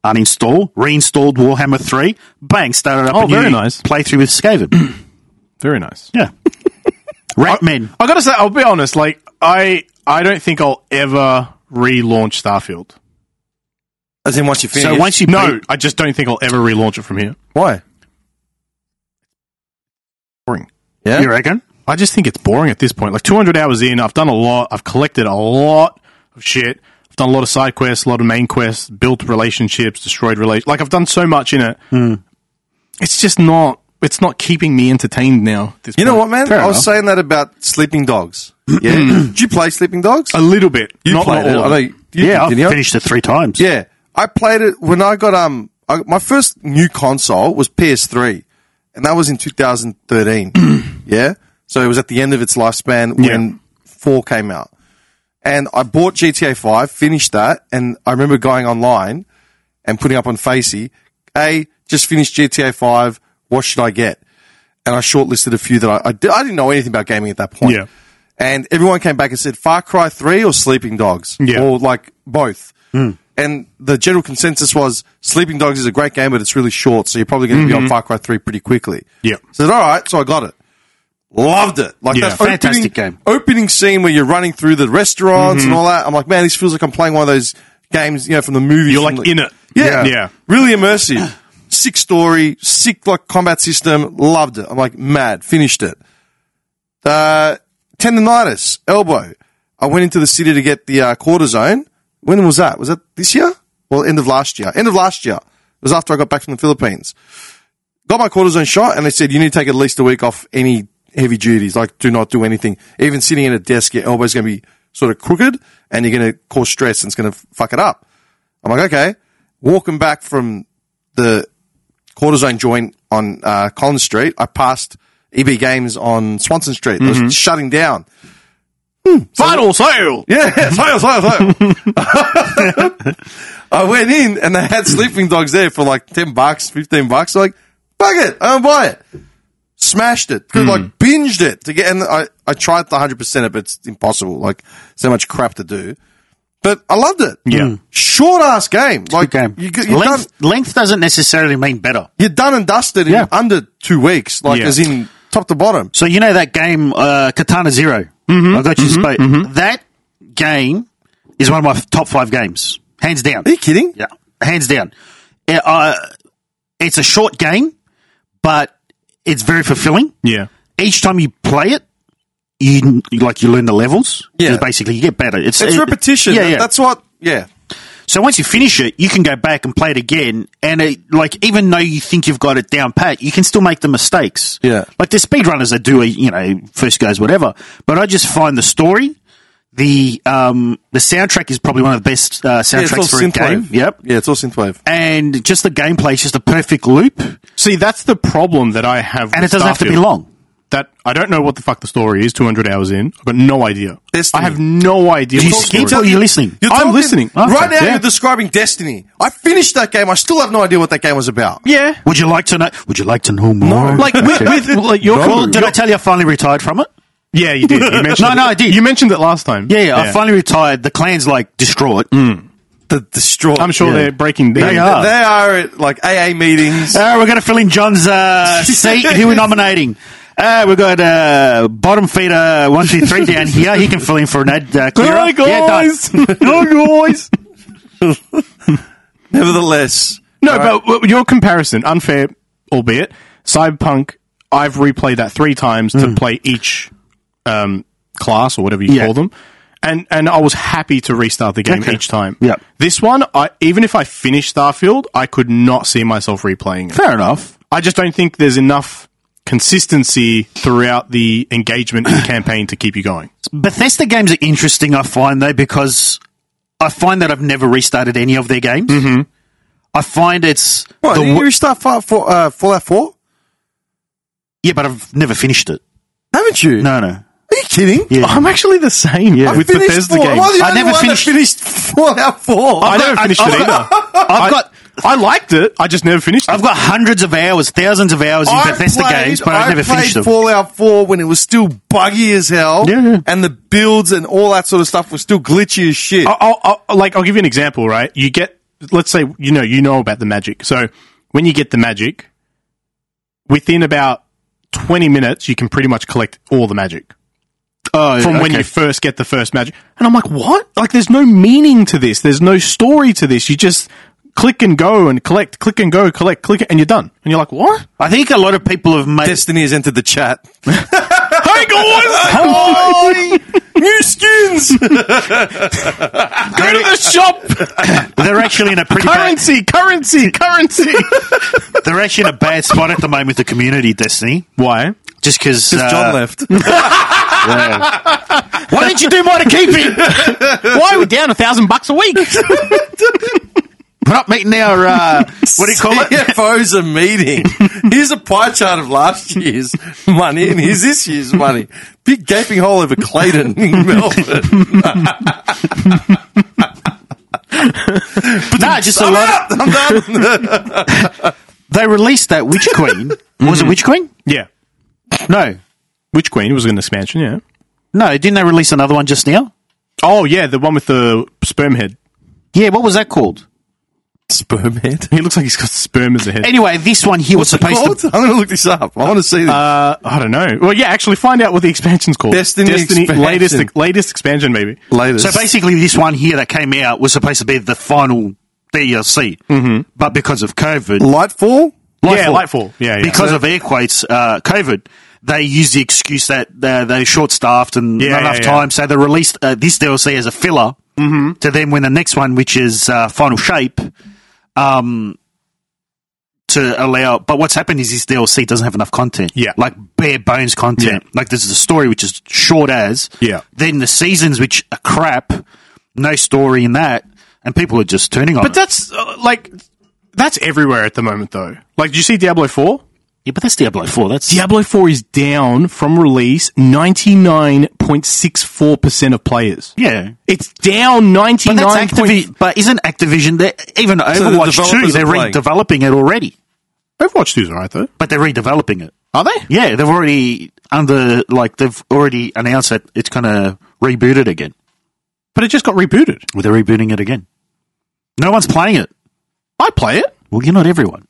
[SPEAKER 8] Uninstall, reinstalled Warhammer Three. Bang! Started up.
[SPEAKER 7] Oh,
[SPEAKER 8] a new
[SPEAKER 7] very nice.
[SPEAKER 8] Playthrough with Skaven.
[SPEAKER 7] Very nice.
[SPEAKER 8] yeah. Ratmen.
[SPEAKER 7] I gotta say, I'll be honest. Like, I I don't think I'll ever relaunch Starfield.
[SPEAKER 1] [LAUGHS] As in, once you finish.
[SPEAKER 8] So once you
[SPEAKER 7] No,
[SPEAKER 8] beat-
[SPEAKER 7] I just don't think I'll ever relaunch it from here.
[SPEAKER 1] Why?
[SPEAKER 7] Boring.
[SPEAKER 1] Yeah.
[SPEAKER 8] you reckon?
[SPEAKER 7] I just think it's boring at this point. Like 200 hours in, I've done a lot. I've collected a lot of shit. I've done a lot of side quests, a lot of main quests, built relationships, destroyed relationships. Like I've done so much in it.
[SPEAKER 1] Hmm.
[SPEAKER 7] It's just not. It's not keeping me entertained now. at this
[SPEAKER 1] You know
[SPEAKER 7] point.
[SPEAKER 1] what, man?
[SPEAKER 8] Fair
[SPEAKER 1] I was
[SPEAKER 8] enough.
[SPEAKER 1] saying that about Sleeping
[SPEAKER 8] [CLEARS THROAT]
[SPEAKER 1] Dogs. Yeah. Did you play Sleeping Dogs?
[SPEAKER 7] A little bit.
[SPEAKER 1] you
[SPEAKER 7] not,
[SPEAKER 1] played
[SPEAKER 7] not
[SPEAKER 1] it.
[SPEAKER 7] all
[SPEAKER 1] I
[SPEAKER 7] of
[SPEAKER 1] know
[SPEAKER 7] it.
[SPEAKER 1] you, you
[SPEAKER 8] yeah,
[SPEAKER 1] did,
[SPEAKER 8] I've
[SPEAKER 1] didn't you?
[SPEAKER 8] finished it three times.
[SPEAKER 1] Yeah, I played it when I got um. I, my first new console was PS3, and that was in 2013. yeah, so it was at the end of its lifespan when four came out, and I bought GTA 5, finished that, and I remember going online and putting up on Facey, "Hey, just finished GTA 5. What should I get?" And I shortlisted a few that I I, did, I didn't know anything about gaming at that point.
[SPEAKER 7] Yeah.
[SPEAKER 1] And everyone came back and said Far Cry 3 or Sleeping Dogs
[SPEAKER 7] Yeah. Hmm.
[SPEAKER 1] or like both. And the general consensus was Sleeping Dogs is a great game, but it's really short, so you're probably going to be on Far Cry 3 pretty quickly.
[SPEAKER 7] Mm-hmm. Yeah.
[SPEAKER 1] So I said, all right, so I got it. Loved it. Like
[SPEAKER 7] Yeah.
[SPEAKER 1] that opening-
[SPEAKER 8] Fantastic game.
[SPEAKER 1] Opening scene where you're running through the restaurants
[SPEAKER 7] Mm-hmm.
[SPEAKER 1] and all that. I'm like, man, this feels like I'm playing one of those games, you know, from the movies.
[SPEAKER 7] You're,
[SPEAKER 1] from
[SPEAKER 7] like,
[SPEAKER 1] the-
[SPEAKER 7] in it.
[SPEAKER 1] Yeah.
[SPEAKER 7] Yeah.
[SPEAKER 1] Really immersive. Sick story, sick like combat system. Loved it. I'm like mad. Finished it. Uh, tendonitis, elbow. I went into the city to get the uh, cortisone. When was that? Was that this year? Well, end of last year. End of last year. It was after I got back from the Philippines. Got my cortisone shot, and they said you need to take at least a week off any heavy duties. Like, do not do anything. Even sitting at a desk, your elbow's going to be sort of crooked, and you're going to cause stress, and it's going to fuck it up. I'm like, okay. Walking back from the cortisone joint on uh, Collins Street, I passed EB Games on Swanson Street. It was shutting down.
[SPEAKER 7] Final sale.
[SPEAKER 1] [LAUGHS] Yeah, yeah, sale, sale, sale. [LAUGHS] I went in and they had sleeping dogs there for like 10 bucks, 15 bucks. like, fuck it, I don't buy it. Smashed it. Could like binged it to get, and I, I tried the 100% it, but it's impossible. Like, so much crap to do. But I loved it.
[SPEAKER 7] Yeah.
[SPEAKER 1] Short ass game. Like,
[SPEAKER 8] Okay.
[SPEAKER 1] You, g- you're, done,
[SPEAKER 8] length, length doesn't necessarily mean better.
[SPEAKER 1] you're done and dusted in
[SPEAKER 8] Yeah.
[SPEAKER 1] under two weeks, like,
[SPEAKER 7] Yeah.
[SPEAKER 1] as in top to bottom.
[SPEAKER 8] So you know that game, uh, Katana 0
[SPEAKER 1] Mm-hmm.
[SPEAKER 8] I got you spoke. That game is one of my f- top five games, hands down.
[SPEAKER 1] Are you kidding?
[SPEAKER 8] Yeah, hands down. It, uh, it's a short game, but it's very fulfilling.
[SPEAKER 7] Yeah.
[SPEAKER 8] Each time you play it, you you- like you learn the levels.
[SPEAKER 1] Yeah.
[SPEAKER 8] So basically you get better. It's,
[SPEAKER 1] It's
[SPEAKER 8] it-
[SPEAKER 1] repetition.
[SPEAKER 8] Yeah, yeah.
[SPEAKER 1] That's what, yeah.
[SPEAKER 8] so once you finish it, you can go back and play it again, and it, like even though you think you've got it down pat, you can still make the mistakes.
[SPEAKER 1] Yeah.
[SPEAKER 8] like there's speedrunners that do, a, you know, first goes whatever. But I just find the story, the um, the soundtrack is probably one of the best uh,
[SPEAKER 1] yeah it's all
[SPEAKER 8] soundtracks for a game.
[SPEAKER 1] synthwave.
[SPEAKER 8] Yep,
[SPEAKER 1] Yeah, it's all synthwave.
[SPEAKER 8] and just the gameplay is just a perfect loop, and
[SPEAKER 7] See, that's the problem that I have.
[SPEAKER 8] it
[SPEAKER 7] with
[SPEAKER 8] doesn't have to be
[SPEAKER 7] Starfield.
[SPEAKER 8] long.
[SPEAKER 7] That I don't know what the fuck the story is. Two hundred hours in, I've got no idea.
[SPEAKER 1] Destiny.
[SPEAKER 7] I have no idea.
[SPEAKER 8] Do you
[SPEAKER 7] what the
[SPEAKER 8] skip
[SPEAKER 7] story
[SPEAKER 8] or
[SPEAKER 7] is.
[SPEAKER 8] you listening? Oh,
[SPEAKER 1] You're
[SPEAKER 7] I'm
[SPEAKER 1] talking-
[SPEAKER 7] listening. Okay.
[SPEAKER 1] Right now,
[SPEAKER 7] Yeah.
[SPEAKER 1] you're describing Destiny. I finished that game. I still have no idea what that game was about.
[SPEAKER 7] Yeah,
[SPEAKER 8] Would you like to know? Would you like to know more?
[SPEAKER 7] like with, with like your
[SPEAKER 8] well,
[SPEAKER 7] call.
[SPEAKER 8] did I tell you I finally retired from it?
[SPEAKER 7] Yeah, you [LAUGHS] did. You mentioned
[SPEAKER 8] No,
[SPEAKER 7] it.
[SPEAKER 8] no, I did.
[SPEAKER 7] You mentioned it last time.
[SPEAKER 8] Yeah, yeah, I finally retired. The clan's like distraught.
[SPEAKER 7] Mm.
[SPEAKER 1] The distraught.
[SPEAKER 7] I'm sure
[SPEAKER 8] Yeah.
[SPEAKER 7] they're breaking down.
[SPEAKER 8] They are.
[SPEAKER 1] They are at like AA meetings.
[SPEAKER 8] Uh, we're going to fill in John's uh, seat. Who we're nominating? Uh, we've got uh, bottom feeder one two three down here. He can fill in for an ad. Uh, clearer.
[SPEAKER 7] Hi,
[SPEAKER 8] Yeah, done. [LAUGHS]
[SPEAKER 7] guys. Hi, guys.
[SPEAKER 1] Nevertheless,
[SPEAKER 7] No,
[SPEAKER 1] All right.
[SPEAKER 7] but w- your comparison, unfair, albeit, Cyberpunk, I've replayed that three times to play each um, class or whatever you
[SPEAKER 8] Yeah.
[SPEAKER 7] call them. And and I was happy to restart the game each time.
[SPEAKER 8] Yeah.
[SPEAKER 7] This one, I even if I finished Starfield, I could not see myself replaying it.
[SPEAKER 8] Fair enough.
[SPEAKER 7] I just don't think there's enough consistency throughout the engagement [COUGHS] in the campaign to keep you going.
[SPEAKER 8] Bethesda games are interesting. I find though because I find that I've never restarted any of their games. Mm-hmm. I find it's
[SPEAKER 1] what,
[SPEAKER 8] the
[SPEAKER 1] did you
[SPEAKER 8] wo-
[SPEAKER 1] restart Far, for, uh, Fallout 4?
[SPEAKER 8] yeah, but I've never finished it.
[SPEAKER 1] Haven't you?
[SPEAKER 8] No, no.
[SPEAKER 1] Are you kidding?
[SPEAKER 8] Yeah.
[SPEAKER 7] I'm actually the same
[SPEAKER 8] Yeah.
[SPEAKER 7] with
[SPEAKER 1] Finished
[SPEAKER 7] Bethesda
[SPEAKER 1] four.
[SPEAKER 7] games.
[SPEAKER 1] Am I the
[SPEAKER 8] I
[SPEAKER 1] only
[SPEAKER 8] never
[SPEAKER 1] one
[SPEAKER 8] finished-
[SPEAKER 1] that finished [LAUGHS] Fallout 4.
[SPEAKER 7] I never finished it either.
[SPEAKER 8] I've got
[SPEAKER 7] I liked it. I just never finished it.
[SPEAKER 8] I've got hundreds of hours, thousands of hours in
[SPEAKER 1] I
[SPEAKER 8] Bethesda
[SPEAKER 1] played-
[SPEAKER 8] games, but I've
[SPEAKER 1] I
[SPEAKER 8] never
[SPEAKER 1] played
[SPEAKER 8] finished them.
[SPEAKER 1] Fallout 4 when it was still buggy as hell.
[SPEAKER 7] Yeah, yeah.
[SPEAKER 1] And the builds and all that sort of stuff was still glitchy as
[SPEAKER 8] Oh,
[SPEAKER 1] shit.
[SPEAKER 7] I'll, I'll, I'll, like I'll give you an example, right? You get, let's say, you know, you know about the magic. So when you get the magic, within about twenty minutes, you can pretty much collect all the magic
[SPEAKER 8] oh,
[SPEAKER 7] from when
[SPEAKER 8] okay.
[SPEAKER 7] you first get the first magic. And I'm like, what? Like, there's no meaning to this. There's no story to this. You just click and go and collect, click and go, collect, click, and you're done. And you're like, what?
[SPEAKER 8] I think a lot of people have made
[SPEAKER 1] Destiny has entered the chat.
[SPEAKER 7] hey [LAUGHS] guys,
[SPEAKER 1] Hi! New skins!
[SPEAKER 7] [LAUGHS] go to the shop.
[SPEAKER 8] they're actually in a pretty bad,
[SPEAKER 7] currency, currency, currency.
[SPEAKER 8] they're actually in a bad spot at the moment with the community Destiny.
[SPEAKER 7] Why?
[SPEAKER 8] Just uh, because
[SPEAKER 1] John
[SPEAKER 8] [LAUGHS]
[SPEAKER 1] left.
[SPEAKER 8] Why
[SPEAKER 7] [LAUGHS]
[SPEAKER 8] did you do more to keep it?
[SPEAKER 7] Why are we down a thousand bucks a week?
[SPEAKER 8] we're not meeting our uh, what do you
[SPEAKER 1] [LAUGHS]
[SPEAKER 8] call [LAUGHS] it?
[SPEAKER 1] CFO's a meeting.
[SPEAKER 8] [LAUGHS]
[SPEAKER 1] Here's a pie chart of last year's money and here's this year's money. Big gaping hole over Clayton in
[SPEAKER 8] [LAUGHS]
[SPEAKER 1] Melbourne.
[SPEAKER 8] no, just a lot. Of, they released that Witch [LAUGHS] Queen. Was it Witch Queen?
[SPEAKER 7] Yeah.
[SPEAKER 8] No,
[SPEAKER 7] Witch Queen? It was an expansion, yeah.
[SPEAKER 8] no. Didn't they release another one just now?
[SPEAKER 7] Oh, yeah, the one with the sperm head.
[SPEAKER 8] Yeah, what was that called?
[SPEAKER 1] [LAUGHS] Sperm head.
[SPEAKER 7] He looks like he's got sperm as a head.
[SPEAKER 8] Anyway, this one he was supposed
[SPEAKER 1] What?
[SPEAKER 8] to.
[SPEAKER 1] I'm going to look this up. I want to see this.
[SPEAKER 7] Uh, I don't know. Well, yeah, actually, find out what the expansion's called.
[SPEAKER 1] Destiny expansion.
[SPEAKER 7] latest, latest expansion, maybe.
[SPEAKER 1] Later.
[SPEAKER 8] So basically, this one here that came out was supposed to be the final DLC, mm-hmm. but because of COVID,
[SPEAKER 1] Lightfall?
[SPEAKER 7] Yeah, Lightfall. Yeah, yeah.
[SPEAKER 8] because of air quotes, uh, COVID, they used the excuse that uh, they short staffed and
[SPEAKER 7] Yeah,
[SPEAKER 8] not
[SPEAKER 7] yeah,
[SPEAKER 8] enough
[SPEAKER 7] yeah.
[SPEAKER 8] time, so they released uh, this DLC as a filler. Mm-hmm. To then when the next one, which is uh, Final Shape, um, to allow. But what's happened is this DLC doesn't have enough content.
[SPEAKER 7] Yeah.
[SPEAKER 8] like bare bones content.
[SPEAKER 7] Yeah.
[SPEAKER 8] Like there's the story which is short as.
[SPEAKER 7] Yeah.
[SPEAKER 8] Then the seasons which are crap, no story in that, and people are just turning on.
[SPEAKER 7] But
[SPEAKER 8] it.
[SPEAKER 7] that's, uh, like, that's everywhere at the moment, though. Like, do you see Diablo 4?
[SPEAKER 8] yeah, but that's Diablo Four. That's
[SPEAKER 7] Diablo 4 is down from release 99.64% of players.
[SPEAKER 8] yeah.
[SPEAKER 7] It's down
[SPEAKER 8] But,
[SPEAKER 7] 99.
[SPEAKER 8] that's Activi- but isn't Activision, they're, even Overwatch
[SPEAKER 1] developers
[SPEAKER 8] 2, they're
[SPEAKER 1] are playing.
[SPEAKER 8] redeveloping it already.
[SPEAKER 7] Overwatch 2's alright, though.
[SPEAKER 8] But they're redeveloping it.
[SPEAKER 7] Are they?
[SPEAKER 8] Yeah, they've already under, like, they've already announced that it's going to reboot it again.
[SPEAKER 7] But it just got rebooted.
[SPEAKER 8] Well, they're rebooting it again. No one's playing it.
[SPEAKER 7] I play it.
[SPEAKER 8] Well, you're not everyone.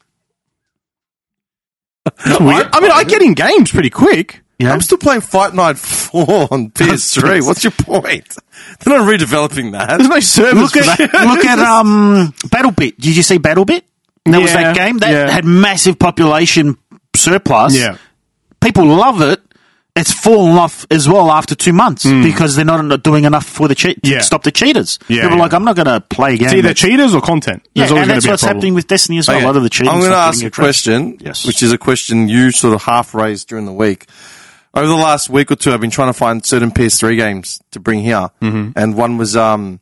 [SPEAKER 7] I, I mean, I get in games pretty quick.
[SPEAKER 8] Yeah.
[SPEAKER 1] I'm still playing Fight Night 4
[SPEAKER 8] [LAUGHS]
[SPEAKER 1] on PS3. What's your point? [LAUGHS] They're not redeveloping that.
[SPEAKER 7] There's no service
[SPEAKER 8] Look
[SPEAKER 7] for
[SPEAKER 8] at,
[SPEAKER 7] that. [LAUGHS]
[SPEAKER 8] look at um, BattleBit. Did you see BattleBit? That was
[SPEAKER 7] Yeah,
[SPEAKER 8] that game that
[SPEAKER 7] yeah.
[SPEAKER 8] had massive population surplus.
[SPEAKER 7] Yeah.
[SPEAKER 8] people love it. It's fallen off as well after two months because they're not not doing enough for the cheat to
[SPEAKER 7] Yeah.
[SPEAKER 8] stop the cheaters.
[SPEAKER 7] Yeah,
[SPEAKER 8] people are
[SPEAKER 7] yeah.
[SPEAKER 8] like, I'm not going to play a game.
[SPEAKER 7] It's either
[SPEAKER 8] that-
[SPEAKER 7] cheaters or content.
[SPEAKER 8] yeah,
[SPEAKER 7] There's always
[SPEAKER 8] and
[SPEAKER 7] going
[SPEAKER 8] that's
[SPEAKER 7] to be a
[SPEAKER 8] what's happening
[SPEAKER 7] problem.
[SPEAKER 8] with Destiny as well.
[SPEAKER 1] Okay.
[SPEAKER 8] A lot of the cheating.
[SPEAKER 1] I'm going to
[SPEAKER 8] stuff
[SPEAKER 1] ask
[SPEAKER 8] getting
[SPEAKER 1] a
[SPEAKER 8] addressed.
[SPEAKER 1] question,
[SPEAKER 8] Yes.
[SPEAKER 1] which is a question you sort of half raised during the week. Over the last week or two, I've been trying to find certain PS3 games to bring here,
[SPEAKER 8] Mm-hmm.
[SPEAKER 1] and one was um,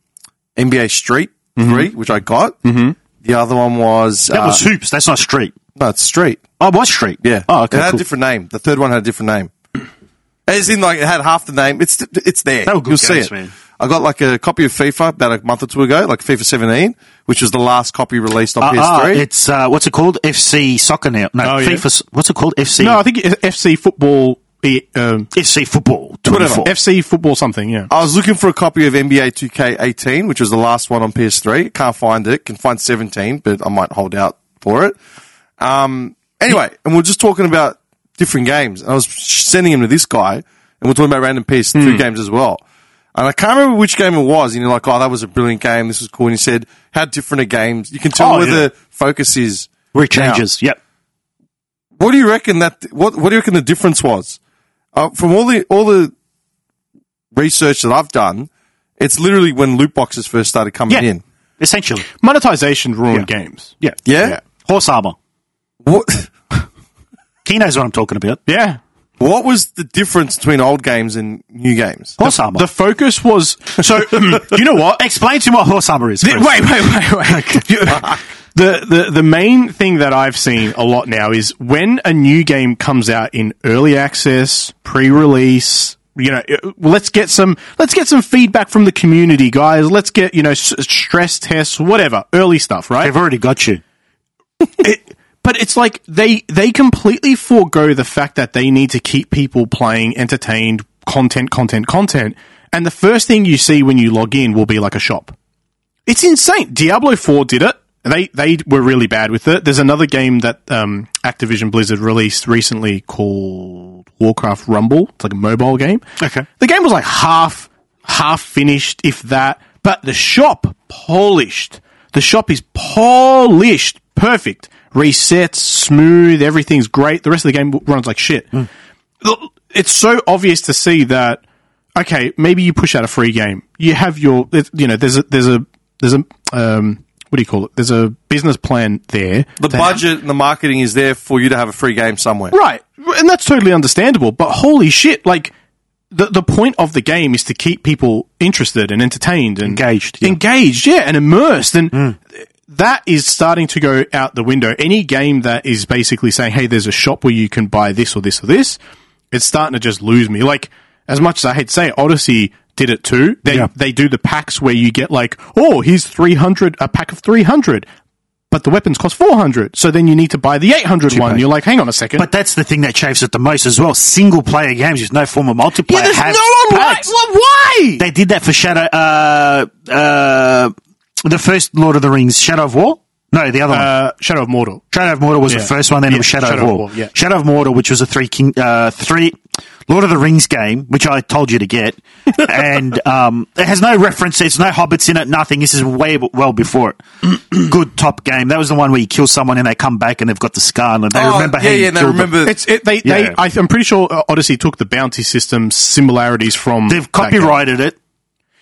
[SPEAKER 1] NBA Street Three, which I got. Mm-hmm. The other one was
[SPEAKER 8] That
[SPEAKER 1] uh,
[SPEAKER 8] was hoops. That's not street.
[SPEAKER 1] no, it's Street.
[SPEAKER 8] Oh, it was street.
[SPEAKER 1] Yeah,
[SPEAKER 8] Oh,
[SPEAKER 1] It
[SPEAKER 8] okay.
[SPEAKER 1] had
[SPEAKER 8] Cool.
[SPEAKER 1] a different name. The third one had a different name. As in, like it had half the name. It's it's there.
[SPEAKER 8] They were good
[SPEAKER 1] You'll see
[SPEAKER 8] games,
[SPEAKER 1] it.
[SPEAKER 8] man.
[SPEAKER 1] I got like a copy of FIFA about a month or two ago, like FIFA 17, which was the last copy released on
[SPEAKER 8] Uh,
[SPEAKER 1] PS3.
[SPEAKER 8] uh, it's uh, what's it called? FC soccer now. No,
[SPEAKER 7] Oh, yeah.
[SPEAKER 8] FIFA. s- What's it called? FC.
[SPEAKER 7] No, I think it's FC football. e- Um,
[SPEAKER 8] FC football.
[SPEAKER 7] whatever.
[SPEAKER 8] 24.
[SPEAKER 7] FC football something. Yeah.
[SPEAKER 1] I was looking for a copy of NBA 2K18, which was the last one on PS3. Can't find it. Can find 17, but I might hold out for it. Um, anyway, and we we're just talking about different games. And I was sending him to this guy, and we we're talking about random PS2
[SPEAKER 8] Hmm.
[SPEAKER 1] games as well. And I can't remember which game it was. And you're like, oh, that was a brilliant game. This was cool. And he said, how different are games? You can tell
[SPEAKER 8] Oh,
[SPEAKER 1] where
[SPEAKER 8] yeah.
[SPEAKER 1] the focus is.
[SPEAKER 8] Where it changes. Yep.
[SPEAKER 1] What do you reckon that? What What do you reckon the difference was? Uh, from all the all the research that I've done, it's literally when loot boxes first started coming
[SPEAKER 8] Yeah.
[SPEAKER 1] in.
[SPEAKER 8] Essentially.
[SPEAKER 7] Monetization ruined
[SPEAKER 8] Yeah.
[SPEAKER 7] games. Yeah.
[SPEAKER 1] Yeah?
[SPEAKER 8] Horse armor.
[SPEAKER 1] What [LAUGHS]
[SPEAKER 8] He knows what I'm talking about.
[SPEAKER 7] Yeah.
[SPEAKER 1] What was the difference between old games and new games?
[SPEAKER 8] Horse armor.
[SPEAKER 7] The focus
[SPEAKER 8] [LAUGHS]
[SPEAKER 7] was
[SPEAKER 8] [CLEARS THROAT]
[SPEAKER 7] so. you know what?
[SPEAKER 8] Explain to me what horse armor is.
[SPEAKER 7] The-
[SPEAKER 8] Chris.
[SPEAKER 7] wait, wait, wait, [LAUGHS] wait. You- the, the the main thing that I've seen a lot now is when a new game comes out in early access, pre-release. You know, it- let's get some let's get some feedback from the community, guys. Let's get you know s- stress tests, whatever, early stuff, right?
[SPEAKER 8] They've already got you.
[SPEAKER 7] But it's like they they completely forego the fact that they need to keep people playing, entertained, content, content, content. And the first thing you see when you log in will be like a shop. It's insane. Diablo Four did it. They they were really bad with it. There's another game that um, Activision Blizzard released recently called Warcraft Rumble. It's like a mobile game.
[SPEAKER 8] Okay.
[SPEAKER 7] The game was like half half finished, if that. But the shop polished. The shop is polished, perfect, resets, smooth. Everything's great. The rest of the game runs like shit. Look, It's so obvious to see that. Okay, maybe you push out a free game. You have your, it- you know, there's a there's a there's a um, what do you call it? There's a business plan there.
[SPEAKER 1] The
[SPEAKER 7] to-
[SPEAKER 1] budget and the marketing is there for you to have a free game somewhere.
[SPEAKER 7] Right. And that's totally understandable, but holy shit, like the the point of the game is to keep people interested and entertained and
[SPEAKER 8] Engaged, yeah. Mm.
[SPEAKER 7] Engaged, yeah, and immersed and that is starting to go out the window. Any game that is basically saying, "Hey, there's a shop where you can buy this or this or this," it's starting to just lose me. Like as much as I hate to say, it, Odyssey did it too. They
[SPEAKER 8] Yeah.
[SPEAKER 7] they do the packs where you get like, "Oh, here's three hundred a pack of three hundred, but the weapons cost four hundred, so then you need to buy the eight hundred one.
[SPEAKER 8] pack.
[SPEAKER 7] You're like, "Hang on a second.
[SPEAKER 8] But that's the thing that chafes it the most as well. Single player games with no form of multiplayer.
[SPEAKER 7] yeah, there's
[SPEAKER 8] have
[SPEAKER 7] no online.
[SPEAKER 8] packs.
[SPEAKER 7] Why?
[SPEAKER 8] They did that for Shadow, uh, uh, the first Lord of the Rings, Shadow of War. No, the other one.
[SPEAKER 7] Uh, Shadow of Mordor.
[SPEAKER 8] Shadow of Mordor was
[SPEAKER 7] Yeah.
[SPEAKER 8] the first one, then
[SPEAKER 7] Yeah,
[SPEAKER 8] it was Shadow, of War.
[SPEAKER 7] yeah.
[SPEAKER 8] Shadow of Mordor, which was a three king, uh, three Lord of the Rings game, which I told you to
[SPEAKER 7] [LAUGHS]
[SPEAKER 8] get, and um, it has no references, no hobbits in it, nothing. This is way b- well before
[SPEAKER 7] [CLEARS THROAT]
[SPEAKER 8] it. Good top game. That was the one where you kill someone and they come back and they've got the scar and they
[SPEAKER 1] Oh,
[SPEAKER 8] remember how
[SPEAKER 1] yeah,
[SPEAKER 8] you
[SPEAKER 1] yeah, and they
[SPEAKER 8] killed them.
[SPEAKER 1] remember- But-
[SPEAKER 7] It's it, they,
[SPEAKER 8] Yeah.
[SPEAKER 7] they I, I'm pretty sure uh, Odyssey took the bounty system similarities from
[SPEAKER 8] They've
[SPEAKER 7] that game.
[SPEAKER 8] copyrighted it,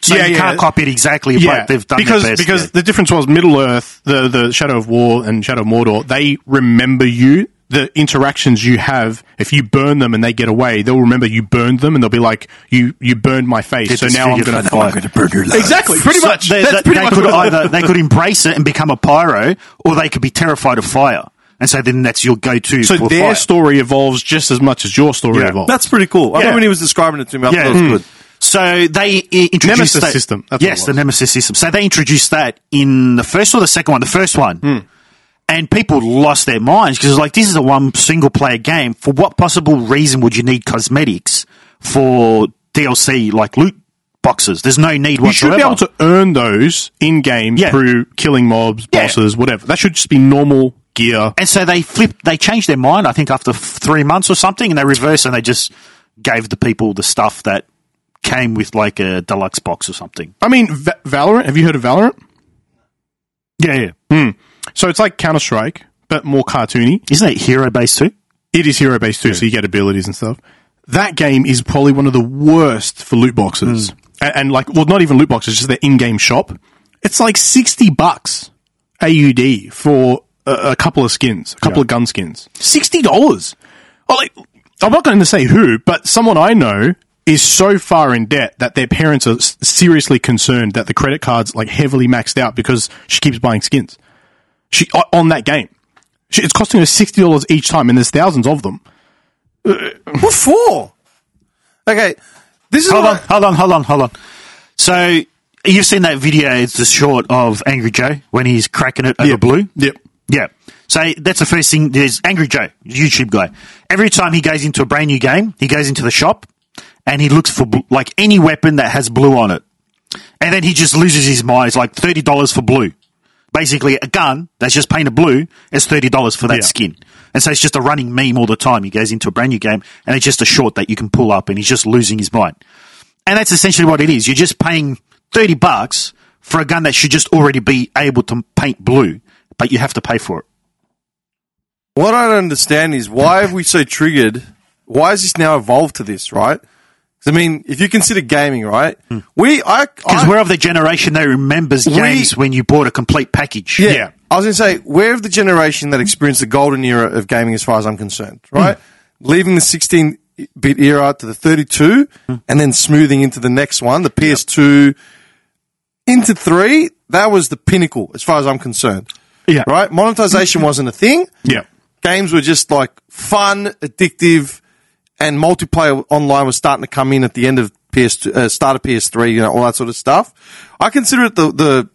[SPEAKER 8] so
[SPEAKER 7] Yeah,
[SPEAKER 8] you
[SPEAKER 7] yeah.
[SPEAKER 8] can't copy it exactly, but they've done
[SPEAKER 7] because
[SPEAKER 8] their best.
[SPEAKER 7] because
[SPEAKER 8] yeah.
[SPEAKER 7] the difference was Middle Earth, the the Shadow of War and Shadow of Mordor. They remember you, the interactions you have. If you burn them and they get away, they'll remember you burned them, and they'll be like, "You you burned my face,
[SPEAKER 8] Did
[SPEAKER 7] so
[SPEAKER 8] this
[SPEAKER 7] now
[SPEAKER 8] for
[SPEAKER 7] I'm
[SPEAKER 8] you,
[SPEAKER 7] going to
[SPEAKER 8] but now I'm
[SPEAKER 7] fight."
[SPEAKER 8] gonna burn your life.
[SPEAKER 7] Exactly, pretty
[SPEAKER 8] So
[SPEAKER 7] much.
[SPEAKER 8] They,
[SPEAKER 7] That's
[SPEAKER 8] they-
[SPEAKER 7] pretty
[SPEAKER 8] they
[SPEAKER 7] much
[SPEAKER 8] could
[SPEAKER 7] what it was.
[SPEAKER 8] either they could embrace it and become a pyro, or they could be terrified of fire, and so then that's your go-to.
[SPEAKER 7] So
[SPEAKER 8] for
[SPEAKER 7] their
[SPEAKER 8] fire.
[SPEAKER 7] story evolves just as much as your story
[SPEAKER 8] Yeah.
[SPEAKER 7] evolves.
[SPEAKER 1] That's pretty cool. I
[SPEAKER 8] Yeah.
[SPEAKER 1] remember when he was describing it to me. I
[SPEAKER 8] Yeah.
[SPEAKER 1] thought it was
[SPEAKER 8] Hmm.
[SPEAKER 1] good.
[SPEAKER 8] So they i- introduced
[SPEAKER 7] Nemesis
[SPEAKER 8] that-
[SPEAKER 7] system, that's what it
[SPEAKER 8] yes,
[SPEAKER 7] was.
[SPEAKER 8] the nemesis system. So they introduced that in the first or the second one. The first one,
[SPEAKER 7] Hmm.
[SPEAKER 8] and people lost their minds because like this is a one single player game. For what possible reason would you need cosmetics for DLC like loot boxes? There's no need
[SPEAKER 7] you should
[SPEAKER 8] whatsoever.
[SPEAKER 7] be able to earn those in game
[SPEAKER 8] Yeah.
[SPEAKER 7] through killing mobs,
[SPEAKER 8] Yeah.
[SPEAKER 7] bosses, whatever. That should just be normal gear.
[SPEAKER 8] And so they flipped, they changed their mind, I think, after f- three months or something, and they reversed and they just gave the people the stuff that came with like a deluxe box or something.
[SPEAKER 7] I mean, Va- Valorant. Have you heard of Valorant? Hmm.
[SPEAKER 8] Yeah, yeah.
[SPEAKER 7] So it's like Counter Strike, but more cartoony.
[SPEAKER 8] Isn't it hero based too?
[SPEAKER 7] It is hero based too, so you get abilities and stuff. That game is probably one of the worst for loot boxes, and, and like, well, not even loot boxes, just their in-game shop. It's like sixty bucks AUD for a, a couple of skins, a couple of gun skins. Sixty dollars. Well, like, I'm not going to say who, but someone I know is so far in debt that their parents are s- seriously concerned that the credit card's like heavily maxed out because she keeps buying skins. She o- on that game. She, it's costing her sixty dollars each time, and there's thousands of them.
[SPEAKER 1] What for? Okay, this is
[SPEAKER 8] Hold on,
[SPEAKER 1] what-
[SPEAKER 8] hold on, hold on, hold on. So you've seen that video, it's the short of Angry Joe when he's cracking it over blue.
[SPEAKER 7] Yep.
[SPEAKER 8] Yeah. So that's the first thing. There's Angry Joe, YouTube guy. Every time he goes into a brand new game, he goes into the shop and he looks for bl- like any weapon that has blue on it. And then he just loses his mind. It's like $30 for blue. Basically, a gun that's just painted blue is $30 for that
[SPEAKER 7] Yeah.
[SPEAKER 8] skin. And so it's just a running meme all the time. He goes into a brand new game and it's just a short that you can pull up and he's just losing his mind. And that's essentially what it is. You're just paying 30 bucks for a gun that should just already be able to paint blue, but you have to pay for it.
[SPEAKER 1] What I don't understand is why have we so triggered? Why has this now evolved to this? Right? 'Cause, I mean, if you consider gaming, right?
[SPEAKER 7] Hmm.
[SPEAKER 1] We I
[SPEAKER 8] Because
[SPEAKER 1] I-
[SPEAKER 8] we're of the generation that remembers
[SPEAKER 1] We-
[SPEAKER 8] games when you bought a complete package.
[SPEAKER 1] Yeah. I was going to say, we're of the generation that experienced the golden era of gaming, as far as I'm concerned, right?
[SPEAKER 7] Hmm.
[SPEAKER 1] Leaving the 16 bit era to the 32
[SPEAKER 7] Hmm.
[SPEAKER 1] and then smoothing into the next one, the PS2 into 3. That was the pinnacle, as far as I'm concerned,
[SPEAKER 7] Yeah. Hmm.
[SPEAKER 1] right? Monetization wasn't a thing.
[SPEAKER 7] Yeah.
[SPEAKER 1] Games were just like fun, addictive, and multiplayer online was starting to come in at the end of PS2, uh, start of PS3, you know, all that sort of stuff. I consider it the, the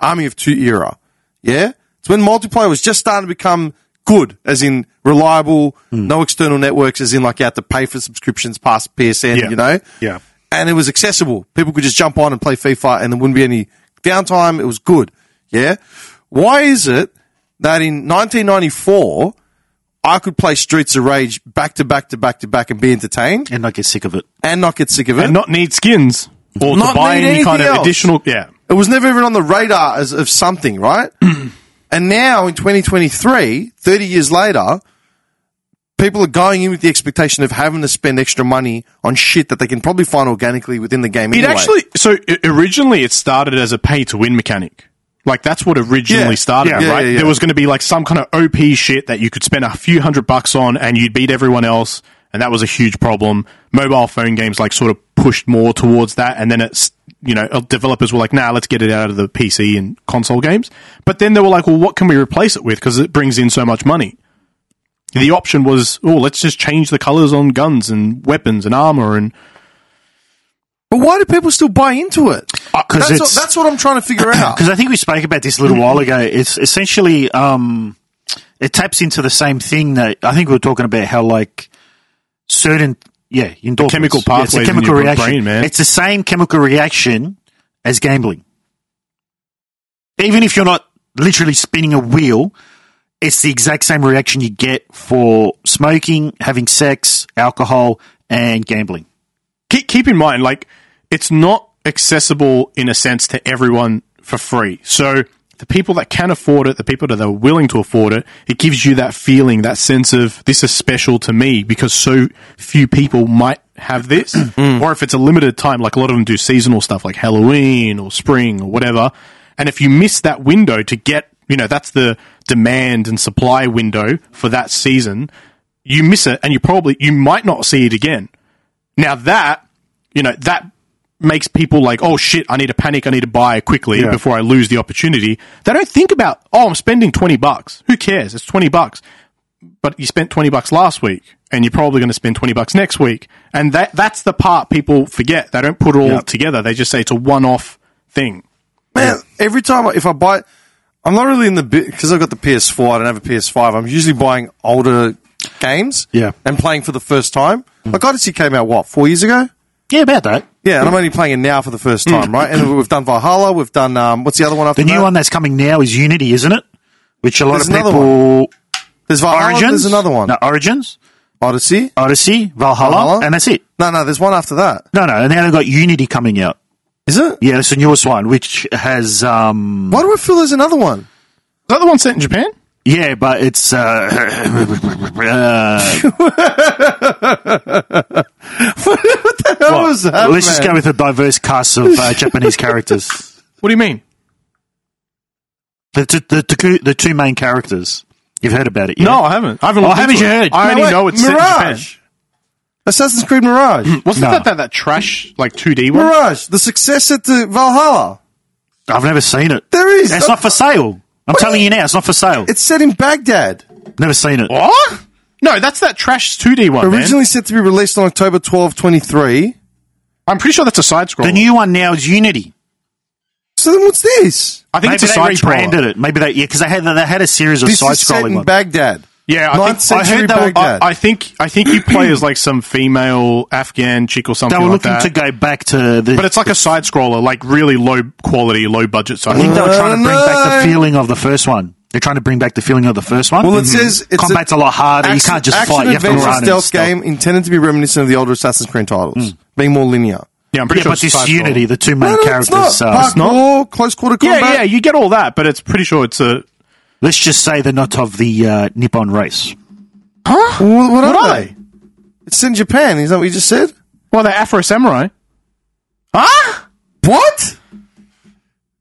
[SPEAKER 1] Army of Two era. Yeah. It's when multiplayer was just starting to become good, as in reliable, no external networks, as in like you had to pay for subscriptions past PSN,
[SPEAKER 7] Yeah.
[SPEAKER 1] you know?
[SPEAKER 7] Yeah.
[SPEAKER 1] And it was accessible. People could just jump on and play FIFA and there wouldn't be any downtime. It was good. Yeah. Why is it that in 1994, I could play Streets of Rage back to back to back to back and be entertained
[SPEAKER 8] And I get sick of it.
[SPEAKER 1] and not get sick of it?
[SPEAKER 7] And not need skins or
[SPEAKER 1] Not
[SPEAKER 7] to buy
[SPEAKER 1] need
[SPEAKER 7] any kind
[SPEAKER 1] anything
[SPEAKER 7] of
[SPEAKER 1] else.
[SPEAKER 7] additional. Yeah.
[SPEAKER 1] It was never even on the radar as of something,
[SPEAKER 7] [CLEARS THROAT]
[SPEAKER 1] right? and now in 2023, 30 years later, people are going in with the expectation of having to spend extra money on shit that they can probably find organically within the game.
[SPEAKER 7] It
[SPEAKER 1] anyway.
[SPEAKER 7] actually so i originally it started as a pay to win mechanic. Like that's what originally
[SPEAKER 1] Yeah.
[SPEAKER 7] started,
[SPEAKER 1] Yeah, yeah,
[SPEAKER 7] right?
[SPEAKER 1] yeah, yeah.
[SPEAKER 7] There was going to be like some kind of OP shit that you could spend a few hundred bucks on and you'd beat everyone else, and that was a huge problem. Mobile phone games like sort of pushed more towards that, and then it s- you know, uh, developers were like, nah, let's get it out of the PC and console games. But then they were like, well, what can we replace it with? Because it brings in so much money. The option was, oh, let's just change the colors on guns and weapons and armor and
[SPEAKER 1] But why do people still buy into it?
[SPEAKER 8] Uh, 'cause
[SPEAKER 1] that's, what,
[SPEAKER 8] it's-
[SPEAKER 1] that's what I'm trying to figure out.
[SPEAKER 8] [COUGHS] Because I think we spoke about this a little while ago. It's essentially um, it taps into the same thing that I think we were talking about how like certain yeah endorphins,
[SPEAKER 7] chemical
[SPEAKER 8] Yeah,
[SPEAKER 7] pathways
[SPEAKER 8] it's a
[SPEAKER 7] in
[SPEAKER 8] chemical
[SPEAKER 7] your
[SPEAKER 8] reaction.
[SPEAKER 7] brain, man.
[SPEAKER 8] It's the same chemical reaction as gambling. Even if you're not literally spinning a wheel, it's the exact same reaction you get for smoking, having sex, alcohol, and gambling.
[SPEAKER 7] keep keep in mind, like it's not accessible in a sense to everyone for free. So the people that can afford it, the people that are willing to afford it, it gives you that feeling, that sense of this is special to me because so few people might have this. Or if it's a limited time, like a lot of them do seasonal stuff like Halloween or spring or whatever. And if you miss that window to get, you know, that's the demand and supply window for that season, you miss it and you probably, you might not see it again. Now that you know that makes people like, oh shit, I need to panic, I need to buy quickly
[SPEAKER 8] Yeah.
[SPEAKER 7] before I lose the opportunity. They don't think about, oh, I'm spending twenty bucks. Who cares? It's twenty bucks. But you spent twenty bucks last week, and you're probably going to spend twenty bucks next week, and that that's the part people forget. They don't put it all
[SPEAKER 8] Yeah.
[SPEAKER 7] together. They just say it's a one-off thing.
[SPEAKER 1] Man, every time I, if I buy, I'm not really in the bit because I've got the PS4. I don't have a PS5. I'm usually buying older games,
[SPEAKER 8] Yeah.
[SPEAKER 1] and playing for the first time. Like Odyssey came out what four years ago.
[SPEAKER 8] Yeah, about that.
[SPEAKER 1] Yeah, and I'm only playing it now for the first time, right? And we've done Valhalla. We've done um, what's the other one after
[SPEAKER 8] Mm. The new
[SPEAKER 1] that?
[SPEAKER 8] one that's coming now is Unity, isn't it? Which a lot
[SPEAKER 1] There's
[SPEAKER 8] of
[SPEAKER 1] another
[SPEAKER 8] people.
[SPEAKER 1] There's Valhalla.
[SPEAKER 8] Origins.
[SPEAKER 1] Oh, There's another one.
[SPEAKER 8] No, Origins,
[SPEAKER 1] Odyssey.
[SPEAKER 8] Odyssey, Valhalla,
[SPEAKER 1] Valhalla?
[SPEAKER 8] and that's it.
[SPEAKER 1] No, no. There's one after that.
[SPEAKER 8] No, no, and now they've got Unity coming out.
[SPEAKER 1] Is it?
[SPEAKER 8] Yeah, that's the newest one, which has, um,
[SPEAKER 1] Why do I feel there's another one?
[SPEAKER 7] Is that the one set in Japan?
[SPEAKER 8] yeah, but it's, [LAUGHS] uh,
[SPEAKER 1] What was that?
[SPEAKER 8] let's just
[SPEAKER 1] Oh, man?
[SPEAKER 8] go with a diverse cast of
[SPEAKER 1] [LAUGHS]
[SPEAKER 8] uh, Japanese characters.
[SPEAKER 7] What do you mean?
[SPEAKER 8] The, t- the, the, two- the two main characters. You've heard about it, yeah?
[SPEAKER 7] No, I haven't. I haven't.
[SPEAKER 8] Oh,
[SPEAKER 7] looked
[SPEAKER 8] haven't
[SPEAKER 7] into
[SPEAKER 8] you
[SPEAKER 7] it.
[SPEAKER 8] heard?
[SPEAKER 7] I
[SPEAKER 8] No,
[SPEAKER 7] already
[SPEAKER 1] wait,
[SPEAKER 7] know it's set in
[SPEAKER 1] Mirage.
[SPEAKER 7] Japan.
[SPEAKER 1] Assassin's Creed Mirage. Hmm,
[SPEAKER 7] Wasn't
[SPEAKER 8] No.
[SPEAKER 7] that, that that trash like 2D one?
[SPEAKER 1] Mirage, the successor to Valhalla.
[SPEAKER 8] I've never seen it.
[SPEAKER 1] There is.
[SPEAKER 8] It's not for sale. I'm telling you now, it's not for sale.
[SPEAKER 1] It's set in Baghdad.
[SPEAKER 8] never seen it.
[SPEAKER 7] What? No, that's that trash 2D one. man.
[SPEAKER 1] Originally set to be released on October 12, 23.
[SPEAKER 7] I'm pretty sure that's a side scroll.
[SPEAKER 8] The new one now is Unity.
[SPEAKER 1] So then what's this?
[SPEAKER 7] I think
[SPEAKER 8] Maybe
[SPEAKER 7] it's a
[SPEAKER 8] they
[SPEAKER 7] side
[SPEAKER 8] rebranded
[SPEAKER 7] scroller.
[SPEAKER 8] it. Maybe they yeah, because they had they had a series of
[SPEAKER 1] This
[SPEAKER 8] side
[SPEAKER 1] is set
[SPEAKER 8] scrolling
[SPEAKER 1] in
[SPEAKER 8] ones.
[SPEAKER 1] Baghdad.
[SPEAKER 7] Yeah, I
[SPEAKER 1] Ninth
[SPEAKER 7] think, I
[SPEAKER 1] century
[SPEAKER 7] heard they were, I,
[SPEAKER 1] Baghdad.
[SPEAKER 7] I think I think you play as like some female Afghan chick or
[SPEAKER 8] they
[SPEAKER 7] something
[SPEAKER 8] were
[SPEAKER 7] like
[SPEAKER 8] looking
[SPEAKER 7] that.
[SPEAKER 8] to go back to the.
[SPEAKER 7] but it's like a side scroller, like really low quality, low budget side.
[SPEAKER 8] I think they
[SPEAKER 7] scroller.
[SPEAKER 8] were trying to bring back
[SPEAKER 1] Uh, No.
[SPEAKER 8] the feeling of the first one. They're trying to bring back the feeling of the first one.
[SPEAKER 1] Well, it says it's
[SPEAKER 8] combat's a, lot harder. you can't just
[SPEAKER 1] action
[SPEAKER 8] fight. You have to
[SPEAKER 1] adventure
[SPEAKER 8] run. and
[SPEAKER 1] stealth
[SPEAKER 8] stuff. Hmm.
[SPEAKER 1] game intended to be reminiscent of the older Assassin's Creed titles, being more linear.
[SPEAKER 7] yeah, I'm pretty
[SPEAKER 8] Yeah,
[SPEAKER 7] sure
[SPEAKER 8] but
[SPEAKER 7] it's a
[SPEAKER 8] this
[SPEAKER 7] side
[SPEAKER 8] Unity,
[SPEAKER 7] scroller.
[SPEAKER 8] the two
[SPEAKER 1] No,
[SPEAKER 8] main
[SPEAKER 1] no, it's not.
[SPEAKER 8] characters. Uh,
[SPEAKER 1] Parkour, close quarter combat.
[SPEAKER 7] yeah, yeah, you get all that, but it's pretty sure it's a.
[SPEAKER 8] let's just say they're not of the uh, Nippon race.
[SPEAKER 1] Wh- What,
[SPEAKER 7] What
[SPEAKER 1] are they? It's in Japan. Is that what you just said?
[SPEAKER 7] Well, they're Afro Samurai.
[SPEAKER 1] Huh? What?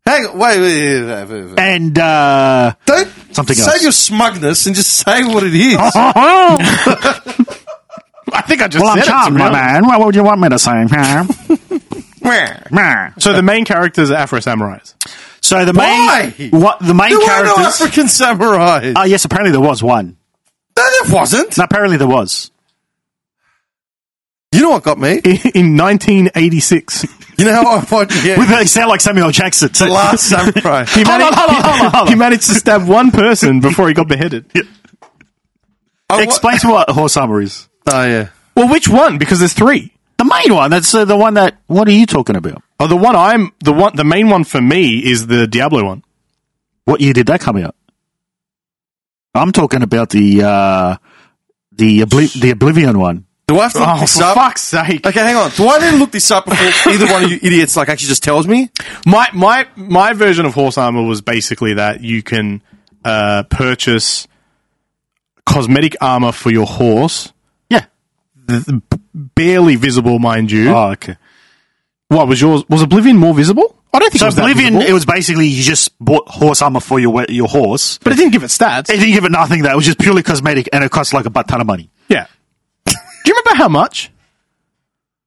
[SPEAKER 1] Hang on, wait, wait, wait, wait, wait.
[SPEAKER 8] And uh,
[SPEAKER 1] Don't
[SPEAKER 8] Something
[SPEAKER 1] say
[SPEAKER 8] else.
[SPEAKER 1] your smugness and just say what it is. oh,
[SPEAKER 8] well,
[SPEAKER 7] [LAUGHS] I think I just
[SPEAKER 8] I'm
[SPEAKER 7] said it. to
[SPEAKER 8] charmed,
[SPEAKER 7] be
[SPEAKER 8] my
[SPEAKER 7] honest.
[SPEAKER 8] man. What would you want me to say?
[SPEAKER 1] [LAUGHS]
[SPEAKER 8] Huh? Meh.
[SPEAKER 7] So the main characters are Afro Samurais.
[SPEAKER 8] so the
[SPEAKER 1] Why?
[SPEAKER 8] main what the main
[SPEAKER 1] there were no
[SPEAKER 8] characters?
[SPEAKER 1] African samurai.
[SPEAKER 8] Oh yes, apparently there was one.
[SPEAKER 1] no, there wasn't.
[SPEAKER 8] No, apparently there was.
[SPEAKER 1] You know what got me?
[SPEAKER 7] In, in 1986,
[SPEAKER 1] You know how I find yeah,
[SPEAKER 8] With, they sound like Samuel Jackson.
[SPEAKER 1] the
[SPEAKER 8] [LAUGHS]
[SPEAKER 1] last samurai.
[SPEAKER 7] [LAUGHS] he,
[SPEAKER 8] Hold on,
[SPEAKER 7] managed-
[SPEAKER 8] hold on, hold on, hold on.
[SPEAKER 7] he managed to stab one person before he got beheaded.
[SPEAKER 1] I wa-
[SPEAKER 8] Explain to what horse armor is.
[SPEAKER 1] Oh yeah.
[SPEAKER 7] Well, which one? Because there's three.
[SPEAKER 8] The main one. That's uh, the one that. What are you talking about?
[SPEAKER 7] Oh, the one I'm the one the main one for me is the Diablo one.
[SPEAKER 8] What year did that come out? I'm talking about the uh, the Obli- the Oblivion one.
[SPEAKER 1] Do I have to look
[SPEAKER 7] Oh,
[SPEAKER 1] this
[SPEAKER 7] for
[SPEAKER 1] up?
[SPEAKER 7] fuck's sake!
[SPEAKER 1] Okay, hang on. Do I then look this up before either one of you idiots like actually just tells me?
[SPEAKER 7] My my my version of horse armor was basically that you can uh, purchase cosmetic armor for your horse,
[SPEAKER 8] Yeah.
[SPEAKER 7] barely visible, mind you.
[SPEAKER 8] Oh, okay.
[SPEAKER 7] what was yours? Was Oblivion more visible? I don't think
[SPEAKER 8] So
[SPEAKER 7] it was that
[SPEAKER 8] Oblivion,
[SPEAKER 7] visible.
[SPEAKER 8] it was basically you just bought horse armor for your your horse.
[SPEAKER 7] but it didn't give it stats.
[SPEAKER 8] It didn't give it nothing. That it was just purely cosmetic, and it cost like a butt ton of money.
[SPEAKER 7] yeah. Do you remember how much?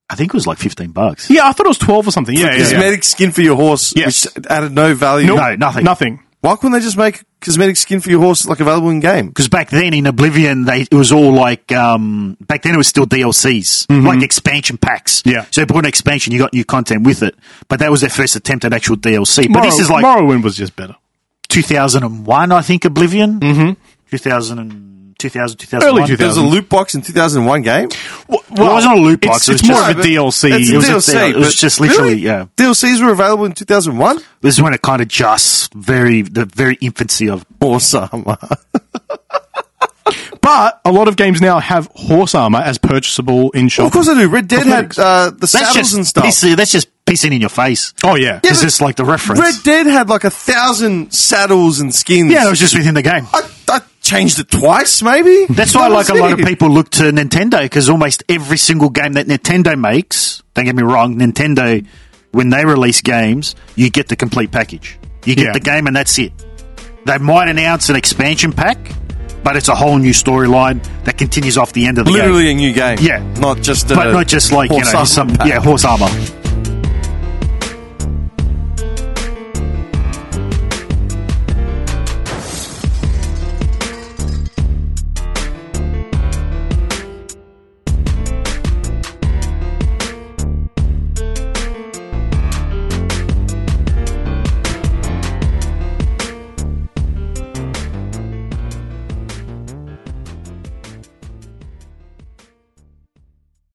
[SPEAKER 8] I think it was like 15 bucks.
[SPEAKER 7] Yeah, I thought it was twelve or something. Yeah, yeah, yeah.
[SPEAKER 1] Cosmetic skin for your horse,
[SPEAKER 7] Yes.
[SPEAKER 1] which added no value.
[SPEAKER 7] Nope.
[SPEAKER 8] No, nothing.
[SPEAKER 7] Nothing.
[SPEAKER 1] Why couldn't they just make cosmetic skin for your horse like available in game?
[SPEAKER 8] Because back then in Oblivion, they it was all like um, back then it was still DLCs,
[SPEAKER 1] Mm-hmm.
[SPEAKER 8] like expansion packs.
[SPEAKER 7] Yeah.
[SPEAKER 8] So you bought an expansion, you got new content with it. But that was their first attempt at actual DLC. But this
[SPEAKER 7] Morrow-
[SPEAKER 8] is like
[SPEAKER 7] Morrowind was just better.
[SPEAKER 8] 2001, I think, Oblivion. Mm-hmm. 2000 and 2000, 2001.
[SPEAKER 7] Early 2000.
[SPEAKER 1] There was a loot box in 2001 game.
[SPEAKER 7] Well,
[SPEAKER 8] Um, it wasn't a loot
[SPEAKER 7] It's,
[SPEAKER 8] box, it
[SPEAKER 7] it's
[SPEAKER 8] was
[SPEAKER 7] more
[SPEAKER 8] just-
[SPEAKER 7] of a DLC.
[SPEAKER 1] It's a
[SPEAKER 8] It was a
[SPEAKER 1] DLC.
[SPEAKER 8] thing. It was
[SPEAKER 1] but-
[SPEAKER 8] just literally, yeah.
[SPEAKER 1] DLCs were available in 2001?
[SPEAKER 8] This is when it kind of just very the very infancy of
[SPEAKER 1] [LAUGHS] Awesome.
[SPEAKER 7] but a lot of games now have horse armor as purchasable in shop.
[SPEAKER 1] of course I do. Red Dead had
[SPEAKER 7] Cosmetics.
[SPEAKER 1] uh, the
[SPEAKER 8] that's
[SPEAKER 1] saddles
[SPEAKER 8] just
[SPEAKER 1] and stuff.
[SPEAKER 8] pissing- that's just pissing in your face.
[SPEAKER 7] Oh yeah.
[SPEAKER 1] Yeah,
[SPEAKER 8] Because
[SPEAKER 1] but
[SPEAKER 8] it's like the reference.
[SPEAKER 1] Red Dead had like a thousand saddles and skins.
[SPEAKER 8] yeah, it was just within the game.
[SPEAKER 1] I, I changed it twice, maybe.
[SPEAKER 8] That's why,
[SPEAKER 1] That
[SPEAKER 8] like a
[SPEAKER 1] was
[SPEAKER 8] lot of
[SPEAKER 1] it.
[SPEAKER 8] people look to Nintendo because almost every single game that Nintendo makes, don't get me wrong, Nintendo, when they release games, you get the complete package. You get
[SPEAKER 7] Yeah.
[SPEAKER 8] the game and that's it. They might announce an expansion pack, but it's a whole new storyline that continues off the end of the
[SPEAKER 1] Literally
[SPEAKER 8] game.
[SPEAKER 1] a new game.
[SPEAKER 8] Yeah.
[SPEAKER 1] Not just a
[SPEAKER 8] But not just like, you
[SPEAKER 1] horse
[SPEAKER 8] know,
[SPEAKER 1] armor
[SPEAKER 8] some
[SPEAKER 1] pack.
[SPEAKER 8] yeah, horse armor.